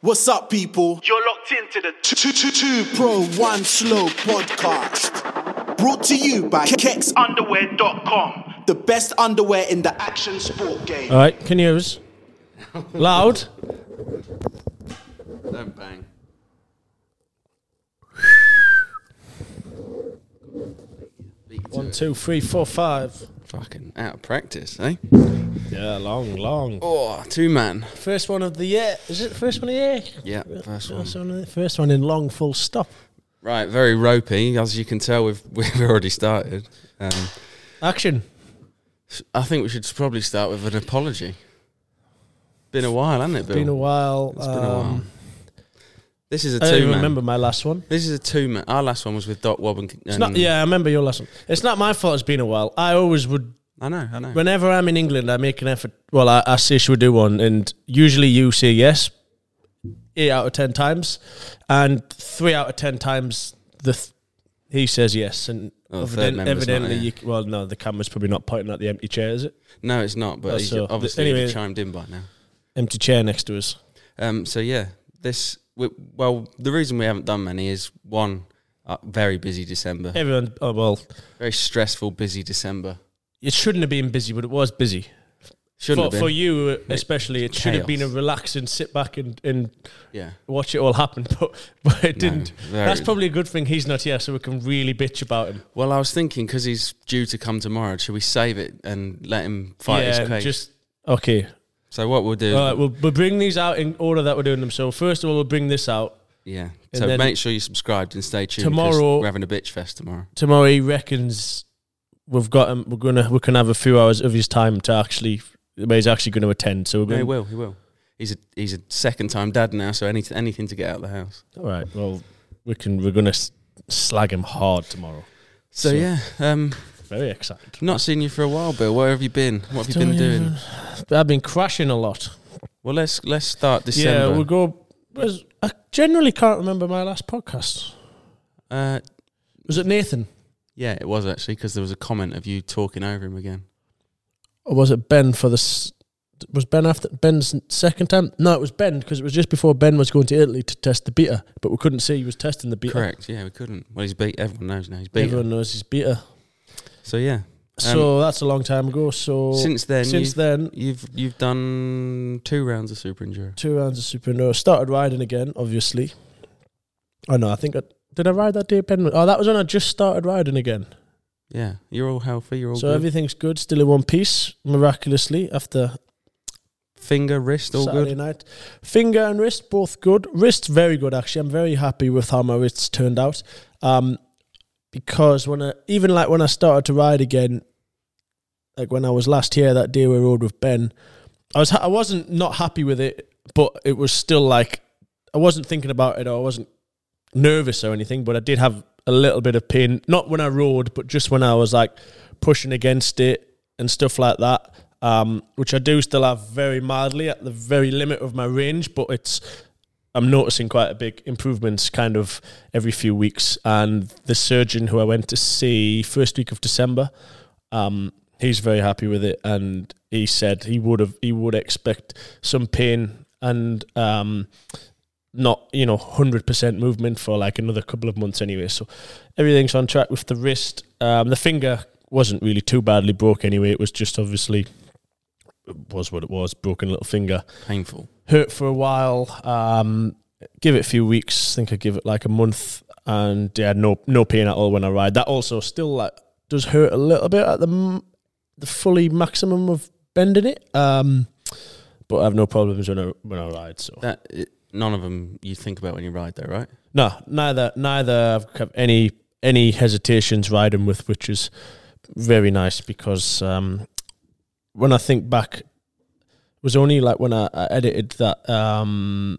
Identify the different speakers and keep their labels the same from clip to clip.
Speaker 1: What's up, people?
Speaker 2: You're locked into the
Speaker 1: Two, two, two, two Pro One Slow Podcast. Brought to you by Kex,
Speaker 2: underwear.com.
Speaker 1: the best underwear in the action sport game.
Speaker 3: All right, can you hear us? Loud.
Speaker 4: Don't bang. Beat to
Speaker 3: One,
Speaker 4: it.
Speaker 3: two, three, four, five.
Speaker 4: Fucking out of practice, eh?
Speaker 3: Yeah, long, long.
Speaker 4: Oh, two man.
Speaker 3: First one of the year. Is it the first one of the year?
Speaker 4: Yeah, first one.
Speaker 3: First one, of the- first one in long, full stop.
Speaker 4: Right, very ropey, as you can tell. We've we've already started. Um,
Speaker 3: Action.
Speaker 4: I think we should probably start with an apology. Been a while, hasn't it, Bill?
Speaker 3: Been a while.
Speaker 4: It's been a while.
Speaker 3: um,
Speaker 4: This is a
Speaker 3: I don't
Speaker 4: two
Speaker 3: even
Speaker 4: man.
Speaker 3: remember my last one.
Speaker 4: This is a two man. Our last one was with Doc um, Wobb and.
Speaker 3: It's not. Yeah, I remember your last one. It's not my fault. It's been a while. I always would.
Speaker 4: I know. I know.
Speaker 3: Whenever I'm in England, I make an effort. Well, I, I say should we do one, and usually you say yes, eight out of ten times, and three out of ten times the th- he says yes, and
Speaker 4: Oh, the third
Speaker 3: eviden-
Speaker 4: member's not
Speaker 3: evidently,
Speaker 4: here.
Speaker 3: you, c- well, no, the camera's probably not pointing at the empty chair, is it?
Speaker 4: no, it's not. But
Speaker 3: Oh,
Speaker 4: he's
Speaker 3: so-
Speaker 4: obviously
Speaker 3: anyway-
Speaker 4: he chimed in by now.
Speaker 3: Empty chair next to us.
Speaker 4: Um, so yeah, this we, well, the reason we haven't done many is one, uh, very busy December,
Speaker 3: Everyone, oh well,
Speaker 4: very stressful, busy December.
Speaker 3: it shouldn't have been busy, but it was busy.
Speaker 4: Shouldn't
Speaker 3: for,
Speaker 4: have been.
Speaker 3: for you especially, it should have been a
Speaker 4: chaos.
Speaker 3: relaxing sit back and, and
Speaker 4: yeah,
Speaker 3: watch it all happen, but, but it
Speaker 4: No,
Speaker 3: didn't.
Speaker 4: very-
Speaker 3: That's probably a good thing he's not here, so we can really bitch about him.
Speaker 4: Well, I was thinking because he's due to come tomorrow, should we save it and let him fight his case?
Speaker 3: just okay.
Speaker 4: so what we'll do?
Speaker 3: All right, we'll, we'll bring these out in order that we're doing them. So first of all, we'll bring this out
Speaker 4: yeah.
Speaker 3: and
Speaker 4: So
Speaker 3: then-
Speaker 4: make sure you subscribed and stay tuned. 'cause
Speaker 3: Tomorrow-
Speaker 4: we're having a bitch fest tomorrow.
Speaker 3: tomorrow. He reckons we've got him. We're gonna we can have a few hours of his time to actually where he's actually going to attend. So we're
Speaker 4: No,
Speaker 3: going.
Speaker 4: he will. He will. He's a he's a second time dad now, so any, anything to get out of the house.
Speaker 3: all right. Well, we can. We're going to slag him hard tomorrow.
Speaker 4: So,
Speaker 3: So-
Speaker 4: yeah, um,
Speaker 3: Very excited.
Speaker 4: not seen you for a while, Bill. Where have you been? What have you been doing?
Speaker 3: I've been crashing a lot.
Speaker 4: Well, let's let's start December.
Speaker 3: Yeah, we'll go. was- I generally can't remember my last podcast.
Speaker 4: uh,
Speaker 3: Was it Nathan
Speaker 4: yeah, it was actually because there was a comment of you talking over him again.
Speaker 3: or was it Ben for the? s- Was Ben after Ben's second time? No, it was Ben because it was just before Ben was going to Italy to test the beta, but we couldn't see he was testing the beta.
Speaker 4: Correct. Yeah, we couldn't. Well, he's beat. Everyone knows now. He's beat.
Speaker 3: Everyone knows he's
Speaker 4: Um,
Speaker 3: beta.
Speaker 4: So yeah. Um,
Speaker 3: So that's a long time ago. So
Speaker 4: Since then,
Speaker 3: since
Speaker 4: you,
Speaker 3: then,
Speaker 4: you've you've done two rounds of Super Enduro.
Speaker 3: two rounds of Super Enduro. Started riding again, obviously. Oh no, I think I did. I ride that day. Ben. was- Oh, that was when I just started riding again.
Speaker 4: Yeah, you're all healthy. You're all
Speaker 3: so
Speaker 4: good.
Speaker 3: everything's good. Still in one piece, miraculously after
Speaker 4: Finger, wrist, all
Speaker 3: Saturday
Speaker 4: good.
Speaker 3: night. Finger and wrist both good. Wrist very good actually. I'm very happy with how my wrists turned out. Um, because when I even like when I started to ride again, like when I was last here that day we rode with Ben, I was ha- I wasn't not happy with it, but it was still like I wasn't thinking about it or I wasn't nervous or anything, but I did have a little bit of pain. Not when I rode, but just when I was like pushing against it and stuff like that. Um, which I do still have very mildly at the very limit of my range, but it's I'm noticing quite a big improvements kind of every few weeks. And the surgeon who I went to see first week of December, um, he's very happy with it, and he said he would have he would expect some pain and um, not you know hundred percent movement for like another couple of months anyway. So everything's on track with the wrist. Um, the finger wasn't really too badly broke anyway. It was just obviously it was what it was, broken little finger
Speaker 4: Painful.
Speaker 3: hurt for a while. Um, give it a few weeks. I think I give it like a month, and yeah, no no pain at all when I ride. That also still like does hurt a little bit at the m- the fully maximum of bending it. Um, but I have no problems when I when I ride. So
Speaker 4: That it, none of them you think about when you ride, though, right?
Speaker 3: no, neither neither I've have any any hesitations riding with, which is very nice because um, when I think back, was only like when I, I edited that um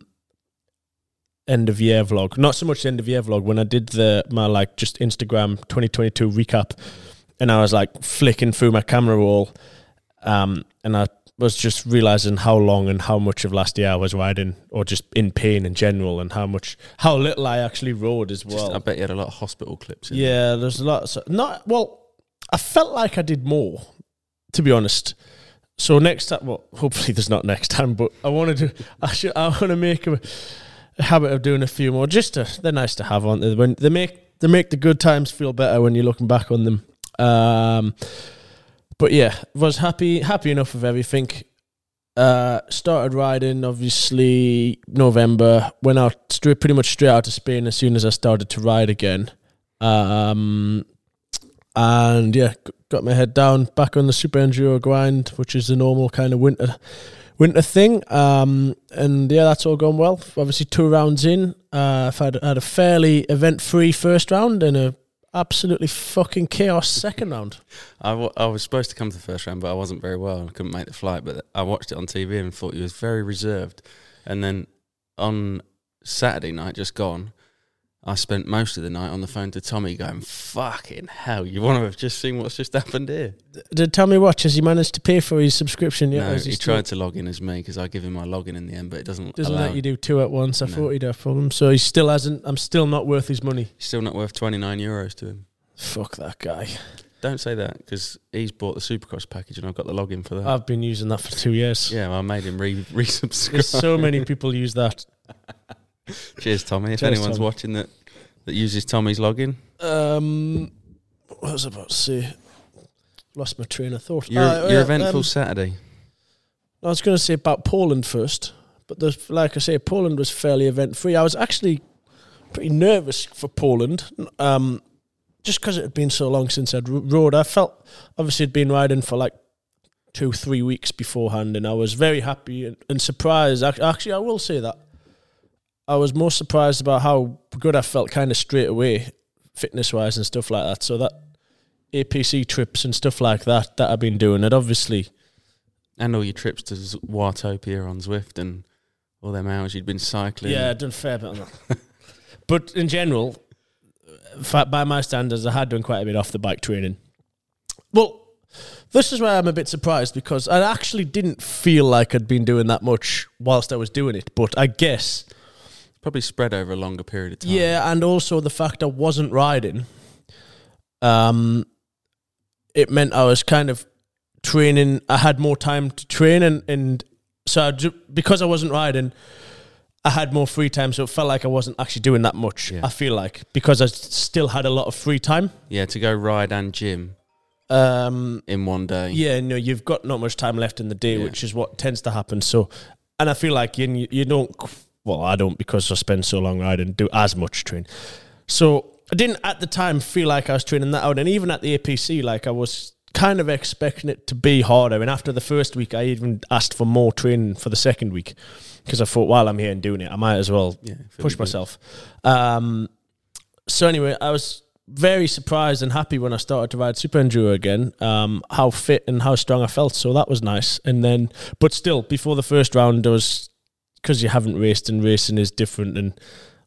Speaker 3: end of year vlog. Not so much the end of year vlog when I did the my like just Instagram 2022 recap, and I was like flicking through my camera roll, um, and I was just realizing how long and how much of last year I was riding, or just in pain in general, and how much how little I actually rode as well.
Speaker 4: Just, I bet you had a lot of hospital clips. In there.
Speaker 3: Yeah, there's a lot. So not well. I felt like I did more, to be honest. So next time, well, hopefully there's not next time, but I want to do. I should. I want to make a, a habit of doing a few more. Just to, they're nice to have, aren't they? When they make they make the good times feel better when you're looking back on them. Um, but yeah, was happy happy enough with everything. Uh, started riding obviously November. Went out straight, pretty much straight out to Spain as soon as I started to ride again. Um, and yeah, g- got my head down back on the super enduro grind, which is the normal kind of winter winter thing. Um, and yeah, that's all gone well. Obviously, two rounds in, uh, I've had, had a fairly event free first round and a absolutely fucking chaos second round.
Speaker 4: I, w- I was supposed to come to the first round, but I wasn't very well and I couldn't make the flight. But I watched it on TV and thought you was very reserved. And then on Saturday night, just gone, I spent most of the night on the phone to Tommy going, fucking hell, you want to have just seen what's just happened here?
Speaker 3: Did Tommy watch? Has he managed to pay for his subscription yet?
Speaker 4: no,
Speaker 3: or is
Speaker 4: he,
Speaker 3: still-
Speaker 4: tried to log in as me because I give him my login in the end, but it doesn't,
Speaker 3: Doesn't
Speaker 4: allow.
Speaker 3: let you do two at once. I
Speaker 4: No.
Speaker 3: thought he'd have problems. So he still hasn't. I'm still not worth his money.
Speaker 4: Still not worth 29 euros to him.
Speaker 3: Fuck that guy.
Speaker 4: Don't say that because he's bought the Supercross package and I've got the login for that.
Speaker 3: I've been using that for two years.
Speaker 4: yeah, well, I made him re resubscribe.
Speaker 3: There's so many people use that.
Speaker 4: Cheers, Tommy. If
Speaker 3: Cheers,
Speaker 4: anyone's
Speaker 3: Tommy.
Speaker 4: watching that that uses Tommy's login,
Speaker 3: Um, what was I about to say? Lost my train of thought.
Speaker 4: your,
Speaker 3: Ah,
Speaker 4: your
Speaker 3: yeah,
Speaker 4: eventful
Speaker 3: um,
Speaker 4: Saturday.
Speaker 3: I was going to say about Poland first, but the, like I say, Poland was fairly event free. I was actually pretty nervous for Poland, um, just because it had been so long since I'd r- rode. I felt obviously I'd been riding for like two, three weeks beforehand, and I was very happy and, and surprised. Ac- Actually, I will say that I was more surprised about how good I felt kind of straight away, fitness wise and stuff like that. So that APC trips and stuff like that that I've been doing, it obviously.
Speaker 4: and all your trips to Z- Watopia on Zwift and all them hours you'd been cycling.
Speaker 3: Yeah, I've done a fair bit on that. but in general, in fact, by my standards, I had done quite a bit off the bike training. Well, this is where I'm a bit surprised because I actually didn't feel like I'd been doing that much whilst I was doing it. But I guess,
Speaker 4: probably spread over a longer period of time.
Speaker 3: yeah, and also the fact I wasn't riding, um, it meant I was kind of training. I had more time to train, and and so I ju- because I wasn't riding, I had more free time, so it felt like I wasn't actually doing that much.
Speaker 4: Yeah.
Speaker 3: I feel like because I s- still had a lot of free time.
Speaker 4: yeah, to go ride and gym
Speaker 3: Um,
Speaker 4: in one day.
Speaker 3: yeah, no, you've got not much time left in the day,
Speaker 4: Yeah.
Speaker 3: which is what tends to happen. So, and I feel like you you don't. qu- Well, I don't because I spend so long riding, do as much training. So I didn't at the time feel like I was training that out, and even at the APC, like I was kind of expecting it to be harder. And after the first week, I even asked for more training for the second week because I thought, while I'm here and doing it, I might as well
Speaker 4: Yeah, fill
Speaker 3: push
Speaker 4: your boots.
Speaker 3: myself. Um, so anyway, I was very surprised and happy when I started to ride super enduro again. Um, how fit and how strong I felt, so that was nice. And then, but still, before the first round, I was because you haven't raced and racing is different and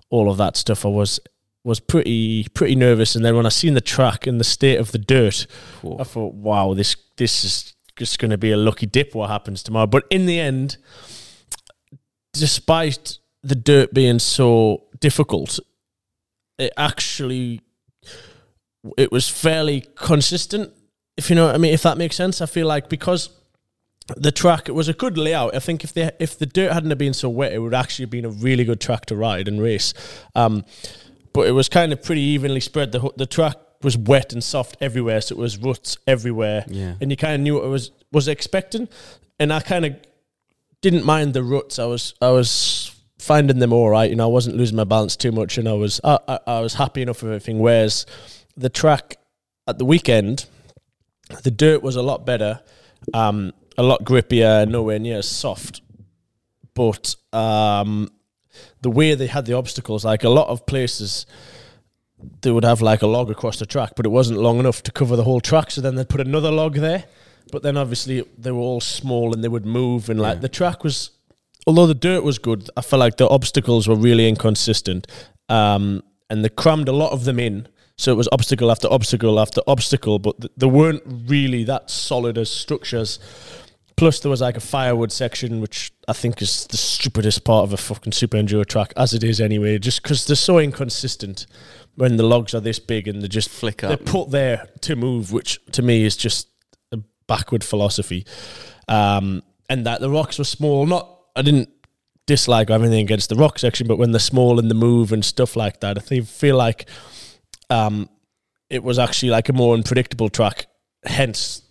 Speaker 3: all of that stuff. I was was pretty pretty nervous, and then when I seen the track and the state of the dirt,
Speaker 4: Whoa.
Speaker 3: I thought, wow, this this is just going to be a lucky dip. What happens tomorrow? But in the end, despite the dirt being so difficult, it actually it was fairly consistent. If you know what I mean, if that makes sense, I feel like because the track it was a good layout. I think if the if the dirt hadn't have been so wet, it would actually have been a really good track to ride and race. Um, but it was kind of pretty evenly spread. The ho- the track was wet and soft everywhere, so it was ruts everywhere.
Speaker 4: Yeah.
Speaker 3: and you kind of knew what I was was expecting, and I kind of didn't mind the ruts. I was I was finding them all right. You know, I wasn't losing my balance too much, and I was I, I, I was happy enough with everything. Whereas the track at the weekend, the dirt was a lot better, um, a lot grippier, nowhere near as soft. But um, the way they had the obstacles, like a lot of places, they would have like a log across the track, but it wasn't long enough to cover the whole track. So then they'd put another log there, But then obviously they were all small and they would move and like the track was, although the dirt was good, I felt like the obstacles were really inconsistent, um, and they crammed a lot of them in. So it was obstacle after obstacle after obstacle, but th- they weren't really that solid as structures. Plus, there was like a firewood section, which I think is the stupidest part of a fucking super enduro track, as it is anyway, just because they're so inconsistent when the logs are this big and they just
Speaker 4: Flick
Speaker 3: They're
Speaker 4: up.
Speaker 3: put there to move, which to me is just a backward philosophy. Um, and that the rocks were small. Not, I didn't dislike or have anything against the rock section, but when they're small and they move and stuff like that, I think feel like um, it was actually like a more unpredictable track. Hence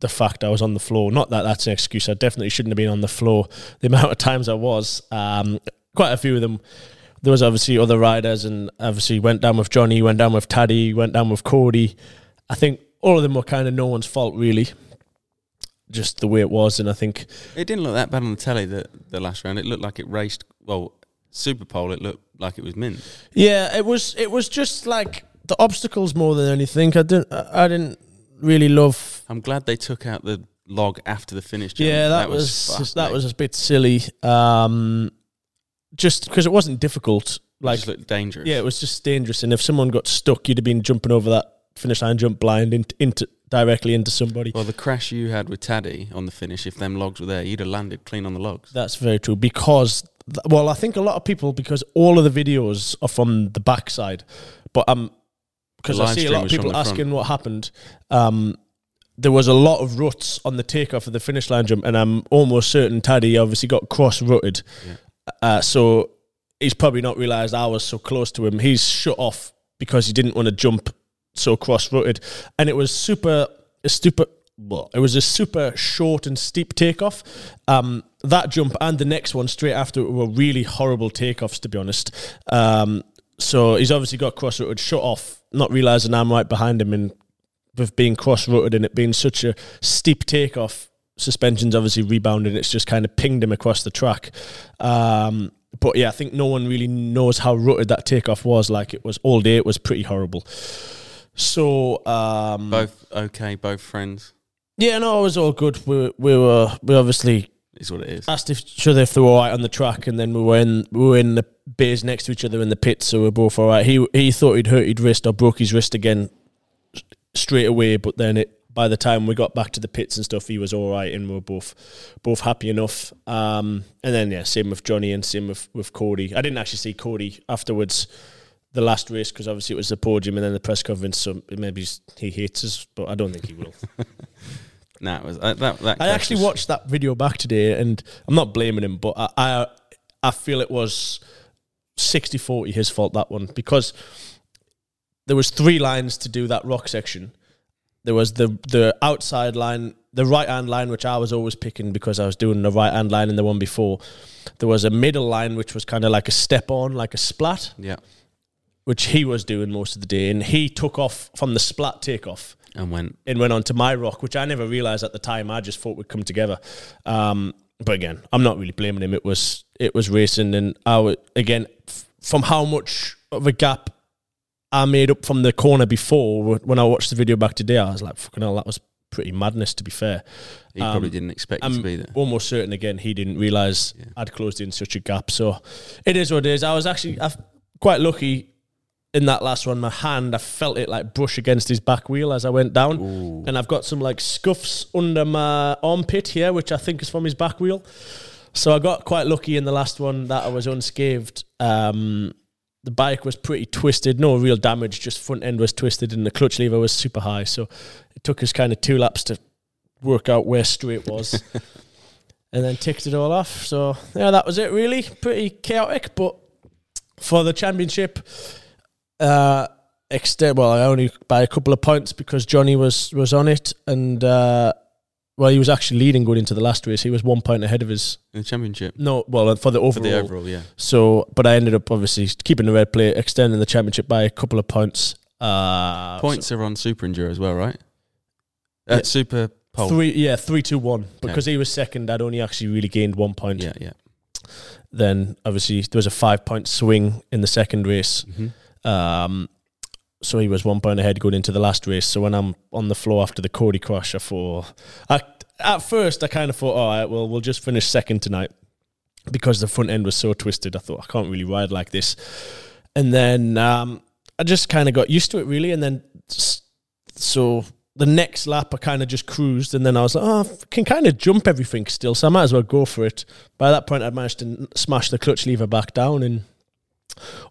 Speaker 3: the fact I was on the floor. Not that that's an excuse. I definitely shouldn't have been on the floor. The amount of times I was, um, quite a few of them. There was obviously other riders, and obviously went down with Johnny, went down with Taddy, went down with Cody. I think all of them were kind of no one's fault, really. Just the way it was, and I think
Speaker 4: It didn't look that bad on the telly the, the last round. It looked like it raced well. Super Bowl, it looked like it was mint.
Speaker 3: Yeah, it was. It was just like the obstacles more than anything. I didn't. I I didn't really love.
Speaker 4: I'm glad they took out the log after the finish. John.
Speaker 3: Yeah, that, was, that
Speaker 4: fascinating.
Speaker 3: was a bit silly. Um, just because it wasn't difficult.
Speaker 4: It
Speaker 3: Like
Speaker 4: just looked dangerous.
Speaker 3: yeah, it was just dangerous. And if someone got stuck, you'd have been jumping over that finish line, jump blind into, into directly into somebody.
Speaker 4: Well, the crash you had with Taddy on the finish, if them logs were there, you'd have landed clean on the logs.
Speaker 3: That's very true because th- well, I think a lot of people because all of the videos are from the backside, but um, because
Speaker 4: The
Speaker 3: I
Speaker 4: live
Speaker 3: see a
Speaker 4: stream
Speaker 3: lot of
Speaker 4: was from
Speaker 3: people
Speaker 4: the front.
Speaker 3: asking what happened. Um, there was a lot of ruts on the takeoff of the finish line jump, and I'm almost certain Taddy obviously got cross rutted. Uh, so he's probably not realised I was so close to him. He's shut off because he didn't want to jump so cross rutted, and it was super a stupid. Well, it was a super short and steep takeoff. Um, that jump and the next one straight after it were really horrible takeoffs, to be honest. Um, so he's obviously got cross rutted, shut off, not realising I'm right behind him, and with being cross rutted and it being such a steep takeoff, suspension's obviously rebounded. It's just kind of pinged him across the track. Um, but yeah, I think no one really knows how rutted that takeoff was. Like it was all day, it was pretty horrible. So um,
Speaker 4: Both okay, both friends
Speaker 3: yeah, no, it was all good. We we were we obviously
Speaker 4: is what it is.
Speaker 3: asked if, each other if they were all right on the track, and then we were in we were in the bays next to each other in the pit, so we are both all right. He he thought he'd hurt his wrist or broke his wrist again s- straight away, but then it by the time we got back to the pits and stuff, he was all right, and we were both both happy enough. Um, and then yeah, same with Johnny and same with with Cody. I didn't actually see Cody afterwards. The last race, because obviously it was the podium and then the press conference. So maybe he's- he hates us, but I don't think he will.
Speaker 4: Nah, it was uh, that. that
Speaker 3: I
Speaker 4: crash
Speaker 3: actually
Speaker 4: was-
Speaker 3: watched that video back today, and I'm not blaming him, but I I, I feel it was 60-40 his fault that one because there was three lines to do that rock section. There was the the outside line, the right hand line, which I was always picking because I was doing the right hand line in the one before. There was a middle line which was kind of like a step on, like a splat
Speaker 4: Yeah,
Speaker 3: which he was doing most of the day, and he took off from the splat takeoff
Speaker 4: and went.
Speaker 3: and went on to my rock, which I never realized at the time. I just thought would come together. Um, but again, I'm not really blaming him. It was it was racing, and I wa- again f- from how much of a gap I made up from the corner before wh- when I watched the video back today, I was like, fucking hell, that was pretty madness. To be fair,
Speaker 4: He
Speaker 3: Um,
Speaker 4: probably didn't expect you to be there.
Speaker 3: almost certain again he didn't realize I'd closed in such a gap. So it is what it is. I was actually i quite lucky in that last one. My hand, I felt it like brush against his back wheel as I went down, and I've got some like scuffs under my armpit here, which I think is from his back wheel. So I got quite lucky in the last one that I was unscathed. Um, the bike was pretty twisted, no real damage, just front end was twisted, and the clutch lever was super high. So it took us kind of two laps to work out where straight was and then ticked it all off. So yeah, that was it. Really, pretty chaotic, but for the championship, uh, extent. Well, I only by a couple of points because Johnny was was on it, and uh, well, he was actually leading going into the last race. He was one point ahead of us.
Speaker 4: In the championship
Speaker 3: No, well, uh, for the
Speaker 4: for
Speaker 3: overall.
Speaker 4: the overall, yeah.
Speaker 3: So, but I ended up obviously keeping the red plate, extending the championship by a couple of points. Uh,
Speaker 4: Points are on Super Enduro as well, right? Uh,
Speaker 3: Yeah.
Speaker 4: Super Pole.
Speaker 3: Three, yeah, three, two, one.
Speaker 4: Yeah.
Speaker 3: Because he was second, I'd only actually really gained one point.
Speaker 4: Yeah, yeah.
Speaker 3: then obviously there was a five point swing in the second race. Um, so he was one point ahead going into the last race. So when I'm on the floor after the Cody crash, I thought, I, at first I kind of thought, all right, well, we'll just finish second tonight because the front end was so twisted. I thought I can't really ride like this. And then um, I just kind of got used to it really. And then s- so the next lap I kind of just cruised. And then I was like, oh, I can kind of jump everything still, so I might as well go for it. By that point, I'd managed to n- smash the clutch lever back down and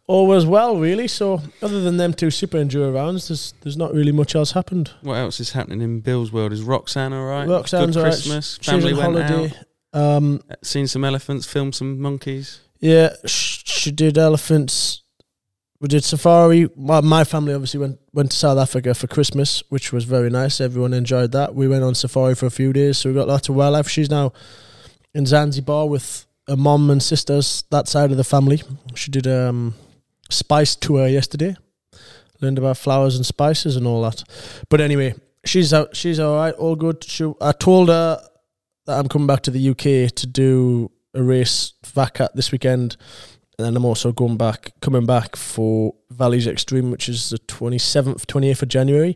Speaker 3: all was well, really. So, other than them two super enduro rounds, there's there's not really much else happened.
Speaker 4: What else is happening in Bill's world? Is Roxanne all right?
Speaker 3: Roxanne's
Speaker 4: Good
Speaker 3: all right.
Speaker 4: Christmas.
Speaker 3: She's
Speaker 4: Family
Speaker 3: on
Speaker 4: went
Speaker 3: holiday. Um,
Speaker 4: out. Seen some elephants. Filmed some monkeys.
Speaker 3: yeah, sh- she did elephants. We did safari. My, my family obviously went went to South Africa for Christmas, which was very nice. Everyone enjoyed that. We went on safari for a few days, so we got lots of wildlife. She's now in Zanzibar with her mom and sisters that side of the family. She did um spice tour yesterday. Learned about flowers and spices and all that. But anyway, she's out. She's all right. All good. She, I told her that I'm coming back to the UK to do a race Vacat this weekend, and then I'm also going back, coming back for Valleys Extreme, which is the 27th, 28th of January.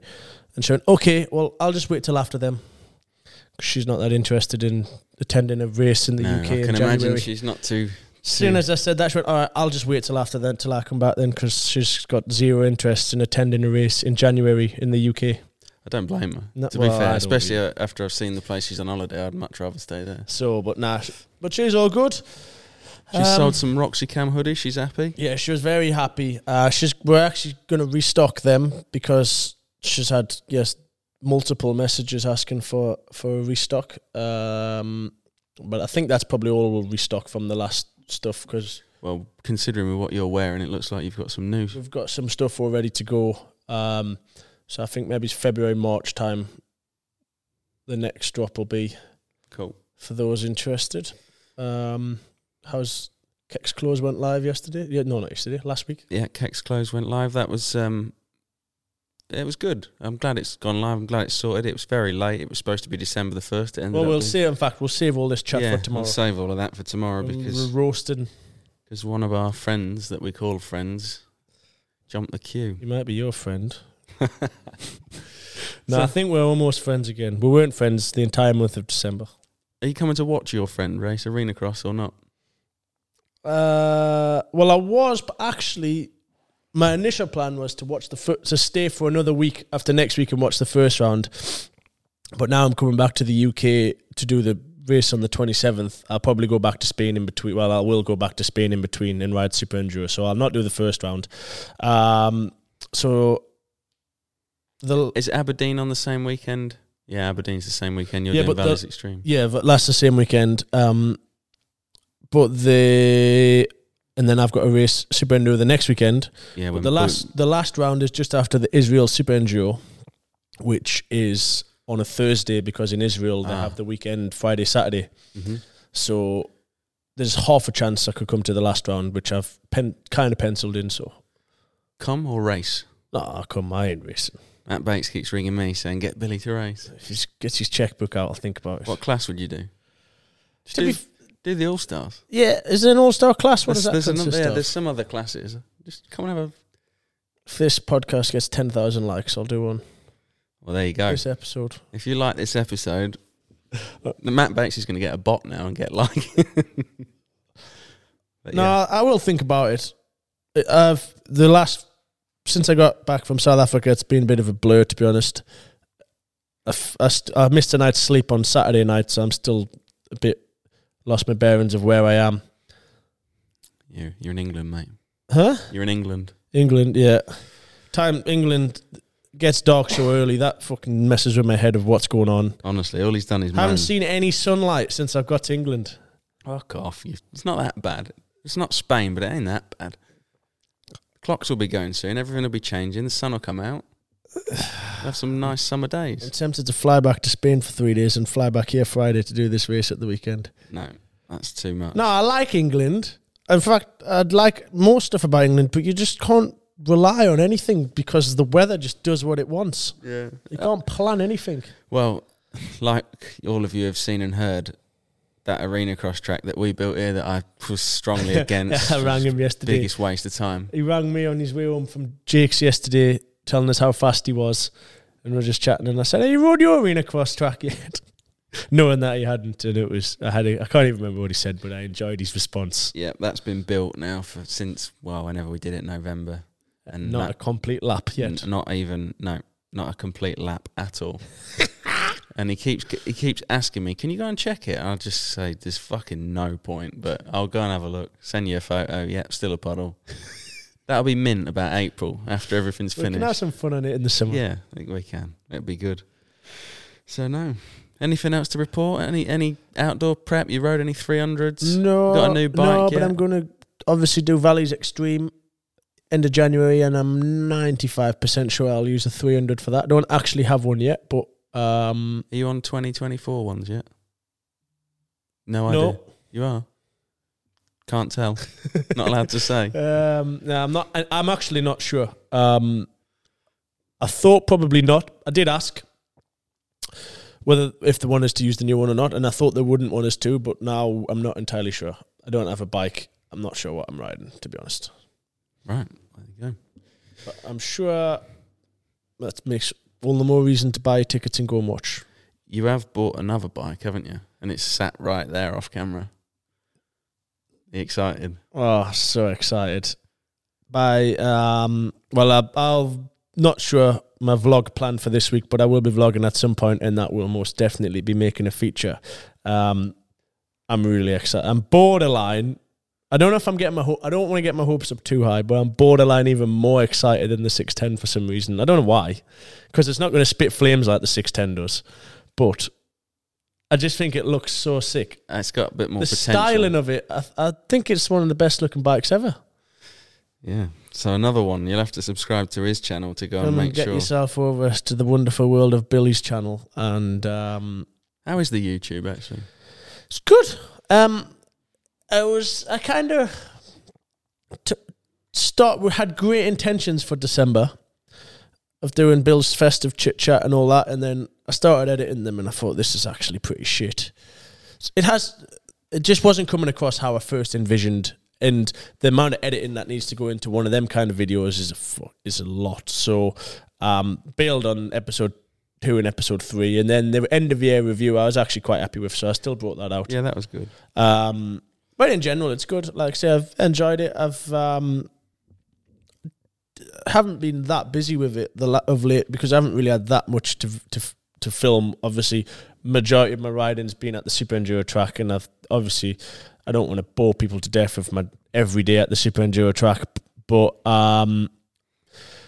Speaker 3: And she went, okay, well, I'll just wait till after them. 'Cause She's not that interested in attending a race in the
Speaker 4: no,
Speaker 3: UK.
Speaker 4: I
Speaker 3: in
Speaker 4: can
Speaker 3: January.
Speaker 4: imagine she's not too.
Speaker 3: As soon as I said that, she went, all right, I'll just wait till after then, till I come back then, because she's got zero interest in attending a race in January in the UK.
Speaker 4: I don't blame her.
Speaker 3: No,
Speaker 4: to
Speaker 3: well,
Speaker 4: be
Speaker 3: I
Speaker 4: fair,
Speaker 3: don't
Speaker 4: especially uh, after I've seen the place she's on holiday, I'd much rather stay there.
Speaker 3: So, but nah, sh- but she's all good.
Speaker 4: She's
Speaker 3: Um,
Speaker 4: sold some Roxy Cam hoodies. She's happy.
Speaker 3: Yeah, she was very happy. Uh, she's we're actually going to restock them because she's had yes multiple messages asking for for a restock. Um, but I think that's probably all we'll restock from the last stuff because
Speaker 4: Well, considering with what you're wearing, it looks like you've got some new.
Speaker 3: we've got some stuff all ready to go. Um, so I think maybe it's February March time. The next drop will be
Speaker 4: Cool.
Speaker 3: for those interested. Um, how's Kex Close went live yesterday? Yeah, no, not yesterday. Last week.
Speaker 4: Yeah, Kex Close went live. That was um, it was good. I'm glad it's gone live. I'm glad it's sorted. It was very late. It was supposed to be December the first. It ended
Speaker 3: Well,
Speaker 4: up
Speaker 3: we'll
Speaker 4: being-
Speaker 3: see. In fact, we'll save all this chat
Speaker 4: yeah,
Speaker 3: for tomorrow.
Speaker 4: I'll save all of that for tomorrow because
Speaker 3: We're roasting.
Speaker 4: because one of our friends that we call friends jumped the queue.
Speaker 3: You might be your friend.
Speaker 4: no,
Speaker 3: No, I think we're almost friends again. We weren't friends the entire month of December.
Speaker 4: are you coming to watch your friend race arena cross or not?
Speaker 3: Uh, well, I was, but actually, my initial plan was to watch the fir- to stay for another week after next week and watch the first round. But now I'm coming back to the UK to do the race on the 27th. I'll probably go back to Spain in between. Well, I will go back to Spain in between and ride Super Enduro, so I'll not do the first round. Um, so the
Speaker 4: Is Aberdeen on the same weekend? Yeah, Aberdeen's the same weekend. You're
Speaker 3: Yeah,
Speaker 4: doing
Speaker 3: but
Speaker 4: Valleys Extreme.
Speaker 3: Yeah, but that's the same weekend. Um, but the and then I've got a race Super Enduro the next weekend.
Speaker 4: Yeah,
Speaker 3: But
Speaker 4: when
Speaker 3: the
Speaker 4: Bo-
Speaker 3: last the last round is just after the Israel Super Enduro, which is on a Thursday because in Israel they
Speaker 4: Ah.
Speaker 3: have the weekend Friday Saturday.
Speaker 4: Mhm.
Speaker 3: So there's half a chance I could come to the last round, which I've pen, kind of penciled in. So
Speaker 4: come or race.
Speaker 3: nah, come, I ain't racing.
Speaker 4: Matt Bates keeps ringing me saying, "Get Billy to race."
Speaker 3: If he just gets his checkbook out, I'll think about it.
Speaker 4: What class would you do? Just
Speaker 3: To
Speaker 4: do,
Speaker 3: be f-
Speaker 4: do the All Stars.
Speaker 3: yeah, is there an all star class? What does
Speaker 4: There's,
Speaker 3: that
Speaker 4: there's, another,
Speaker 3: consist
Speaker 4: yeah,
Speaker 3: of?
Speaker 4: there's some other classes. Just come and have a.
Speaker 3: if this podcast gets 10,000 likes, I'll do one.
Speaker 4: Well, there you go.
Speaker 3: This episode.
Speaker 4: If you like this episode,
Speaker 3: Uh,
Speaker 4: the Matt Bates is going to get a bot now and get like. But
Speaker 3: No,
Speaker 4: yeah,
Speaker 3: I will think about it. I- I've the last since I got back from South Africa, it's been a bit of a blur to be honest. I, f- I st- I missed a night's sleep on Saturday night, so I'm still a bit lost my bearings of where I am.
Speaker 4: you're, you're in England, mate.
Speaker 3: Huh?
Speaker 4: You're in England.
Speaker 3: England, yeah. Time England gets dark so early that fucking messes with my head of what's going on.
Speaker 4: Honestly, all he's done is.
Speaker 3: Haven't
Speaker 4: moan.
Speaker 3: seen any sunlight since I've got to England.
Speaker 4: Fuck off. You, it's not that bad. It's not Spain, but it ain't that bad. Clocks will be going soon. Everything will be changing. The sun will come out. Have some nice summer
Speaker 3: I'm
Speaker 4: days.
Speaker 3: tempted to fly back to Spain for three days and fly back here Friday to do this race at the weekend.
Speaker 4: No, that's too much.
Speaker 3: No, I like England. In fact, I'd like more stuff about England, but you just can't rely on anything because the weather just does what it wants.
Speaker 4: Yeah.
Speaker 3: You can't plan anything.
Speaker 4: Well, like all of you have seen and heard, that arena cross track that we built here that I was strongly against.
Speaker 3: I rang him yesterday.
Speaker 4: Biggest waste of time.
Speaker 3: He rang me on his way home from Jake's yesterday telling us how fast he was, and we are just chatting. And I said, "Hey, you rode your arena cross track yet?" Knowing that he hadn't, and it was I had a, I can't even remember what he said, but I enjoyed his response.
Speaker 4: Yeah, that's been built now for since well, whenever we did it, November, and
Speaker 3: Not
Speaker 4: that-
Speaker 3: a complete lap yet.
Speaker 4: N- Not even no, not a complete lap at all. and he keeps he keeps asking me, "Can you go and check it?" And I just say, "There's fucking no point," but I'll go and have a look. Send you a photo. Yep, still a puddle. That'll be mint about April after everything's
Speaker 3: we can have
Speaker 4: finished.
Speaker 3: some fun on it in the summer.
Speaker 4: Yeah, I think we can. It'll be good. So no. Anything else to report? Any any outdoor prep? You rode any three hundreds?
Speaker 3: No,
Speaker 4: Got a new bike
Speaker 3: No, but
Speaker 4: yet?
Speaker 3: I'm going to obviously do Valleys Extreme end of January, and I'm 95% sure I'll use a 300 for that. don't actually have one yet, but um,
Speaker 4: Are you on 2024 ones yet? No idea.
Speaker 3: No.
Speaker 4: You are. Can't tell. Not allowed to say.
Speaker 3: Um, no, I'm not. I, I'm actually not sure. Um, I thought probably not. I did ask whether if they want us to use the new one or not, and I thought they wouldn't want us to, but now I'm not entirely sure. I don't have a bike. I'm not sure what I'm riding, to be honest.
Speaker 4: Right. There you go.
Speaker 3: But I'm sure that makes all the more reason to buy tickets and go and watch.
Speaker 4: You have bought another bike, haven't you? And it's sat right there off camera. You excited?
Speaker 3: Oh, so excited. By um well I I'll not sure my vlog plan for this week, but I will be vlogging at some point and that will most definitely be making a feature. Um I'm really excited. I'm borderline I don't know if I'm getting my ho- I don't want to get my hopes up too high, but I'm borderline even more excited than the 610 for some reason. I don't know why. Cuz it's not going to spit flames like the 610 does. But I just think it looks so sick
Speaker 4: Uh, It's got a bit more
Speaker 3: the
Speaker 4: potential.
Speaker 3: styling of it, I, I think it's one of the best looking bikes ever.
Speaker 4: yeah. So another one. You'll have to subscribe to his channel to go and
Speaker 3: Come and
Speaker 4: make
Speaker 3: get
Speaker 4: sure.
Speaker 3: yourself over to the wonderful world of Billy's channel, and um,
Speaker 4: How is the YouTube actually?
Speaker 3: it's good. Um, I was I kind of to start. We had great intentions for December of doing Bill's festive chit chat and all that, and then I started editing them, and I thought this is actually pretty shit. It has it just wasn't coming across how I first envisioned, and the amount of editing that needs to go into one of them kind of videos is a fu- is a lot. So, um, bailed on episode two and episode three, and then the end of year review I was actually quite happy with, so I still brought that out.
Speaker 4: Yeah, that was good.
Speaker 3: Um, but in general, it's good. Like I say, I've enjoyed it. I've um, haven't been that busy with it the la- of late because I haven't really had that much to to to film. Obviously, majority of my riding's been at the super enduro track, and I've obviously I don't want to bore people to death with my every day at the super enduro track. But um,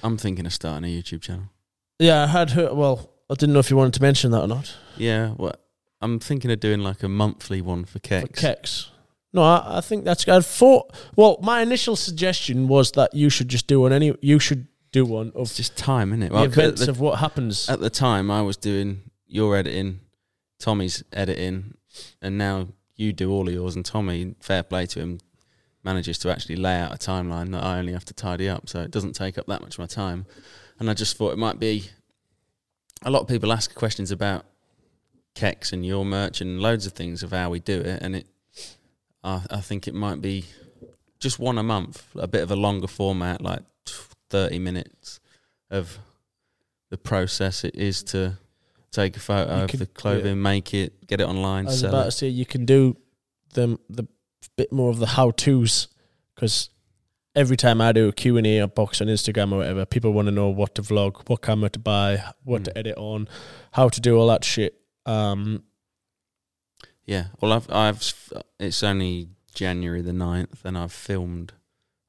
Speaker 4: I'm thinking of starting a YouTube channel.
Speaker 3: yeah, I had her. Well, I didn't know if you wanted to mention that or not.
Speaker 4: Yeah. What? I'm thinking of doing like a monthly one for Kex.
Speaker 3: For Kex. No, I, I think that's. I thought. Well, my initial suggestion was that you should just do one. Any you should do one of
Speaker 4: It's just time, isn't it?
Speaker 3: the events of what happens.
Speaker 4: at the time I was doing your editing, Tommy's editing, and now you do all of yours. And Tommy, fair play to him, manages to actually lay out a timeline that I only have to tidy up, so it doesn't take up that much of my time. And I just thought it might be. A lot of people ask questions about Kex and your merch and loads of things of how we do it, and it. I, I think it might be just one a month, a bit of a longer format, like thirty minutes of the process it is to take a photo
Speaker 3: You
Speaker 4: of
Speaker 3: could-
Speaker 4: the clothing,
Speaker 3: yeah.
Speaker 4: make it, get it online,
Speaker 3: I was
Speaker 4: sell
Speaker 3: about
Speaker 4: it.
Speaker 3: to say you can do them the bit more of the how tos because every time I do a Q and A or box on Instagram or whatever, people want to know what to vlog, what camera to buy, what
Speaker 4: Hmm.
Speaker 3: to edit on, how to do all that shit. Um,
Speaker 4: Yeah. Well, I've I've it's only January the 9th and I've filmed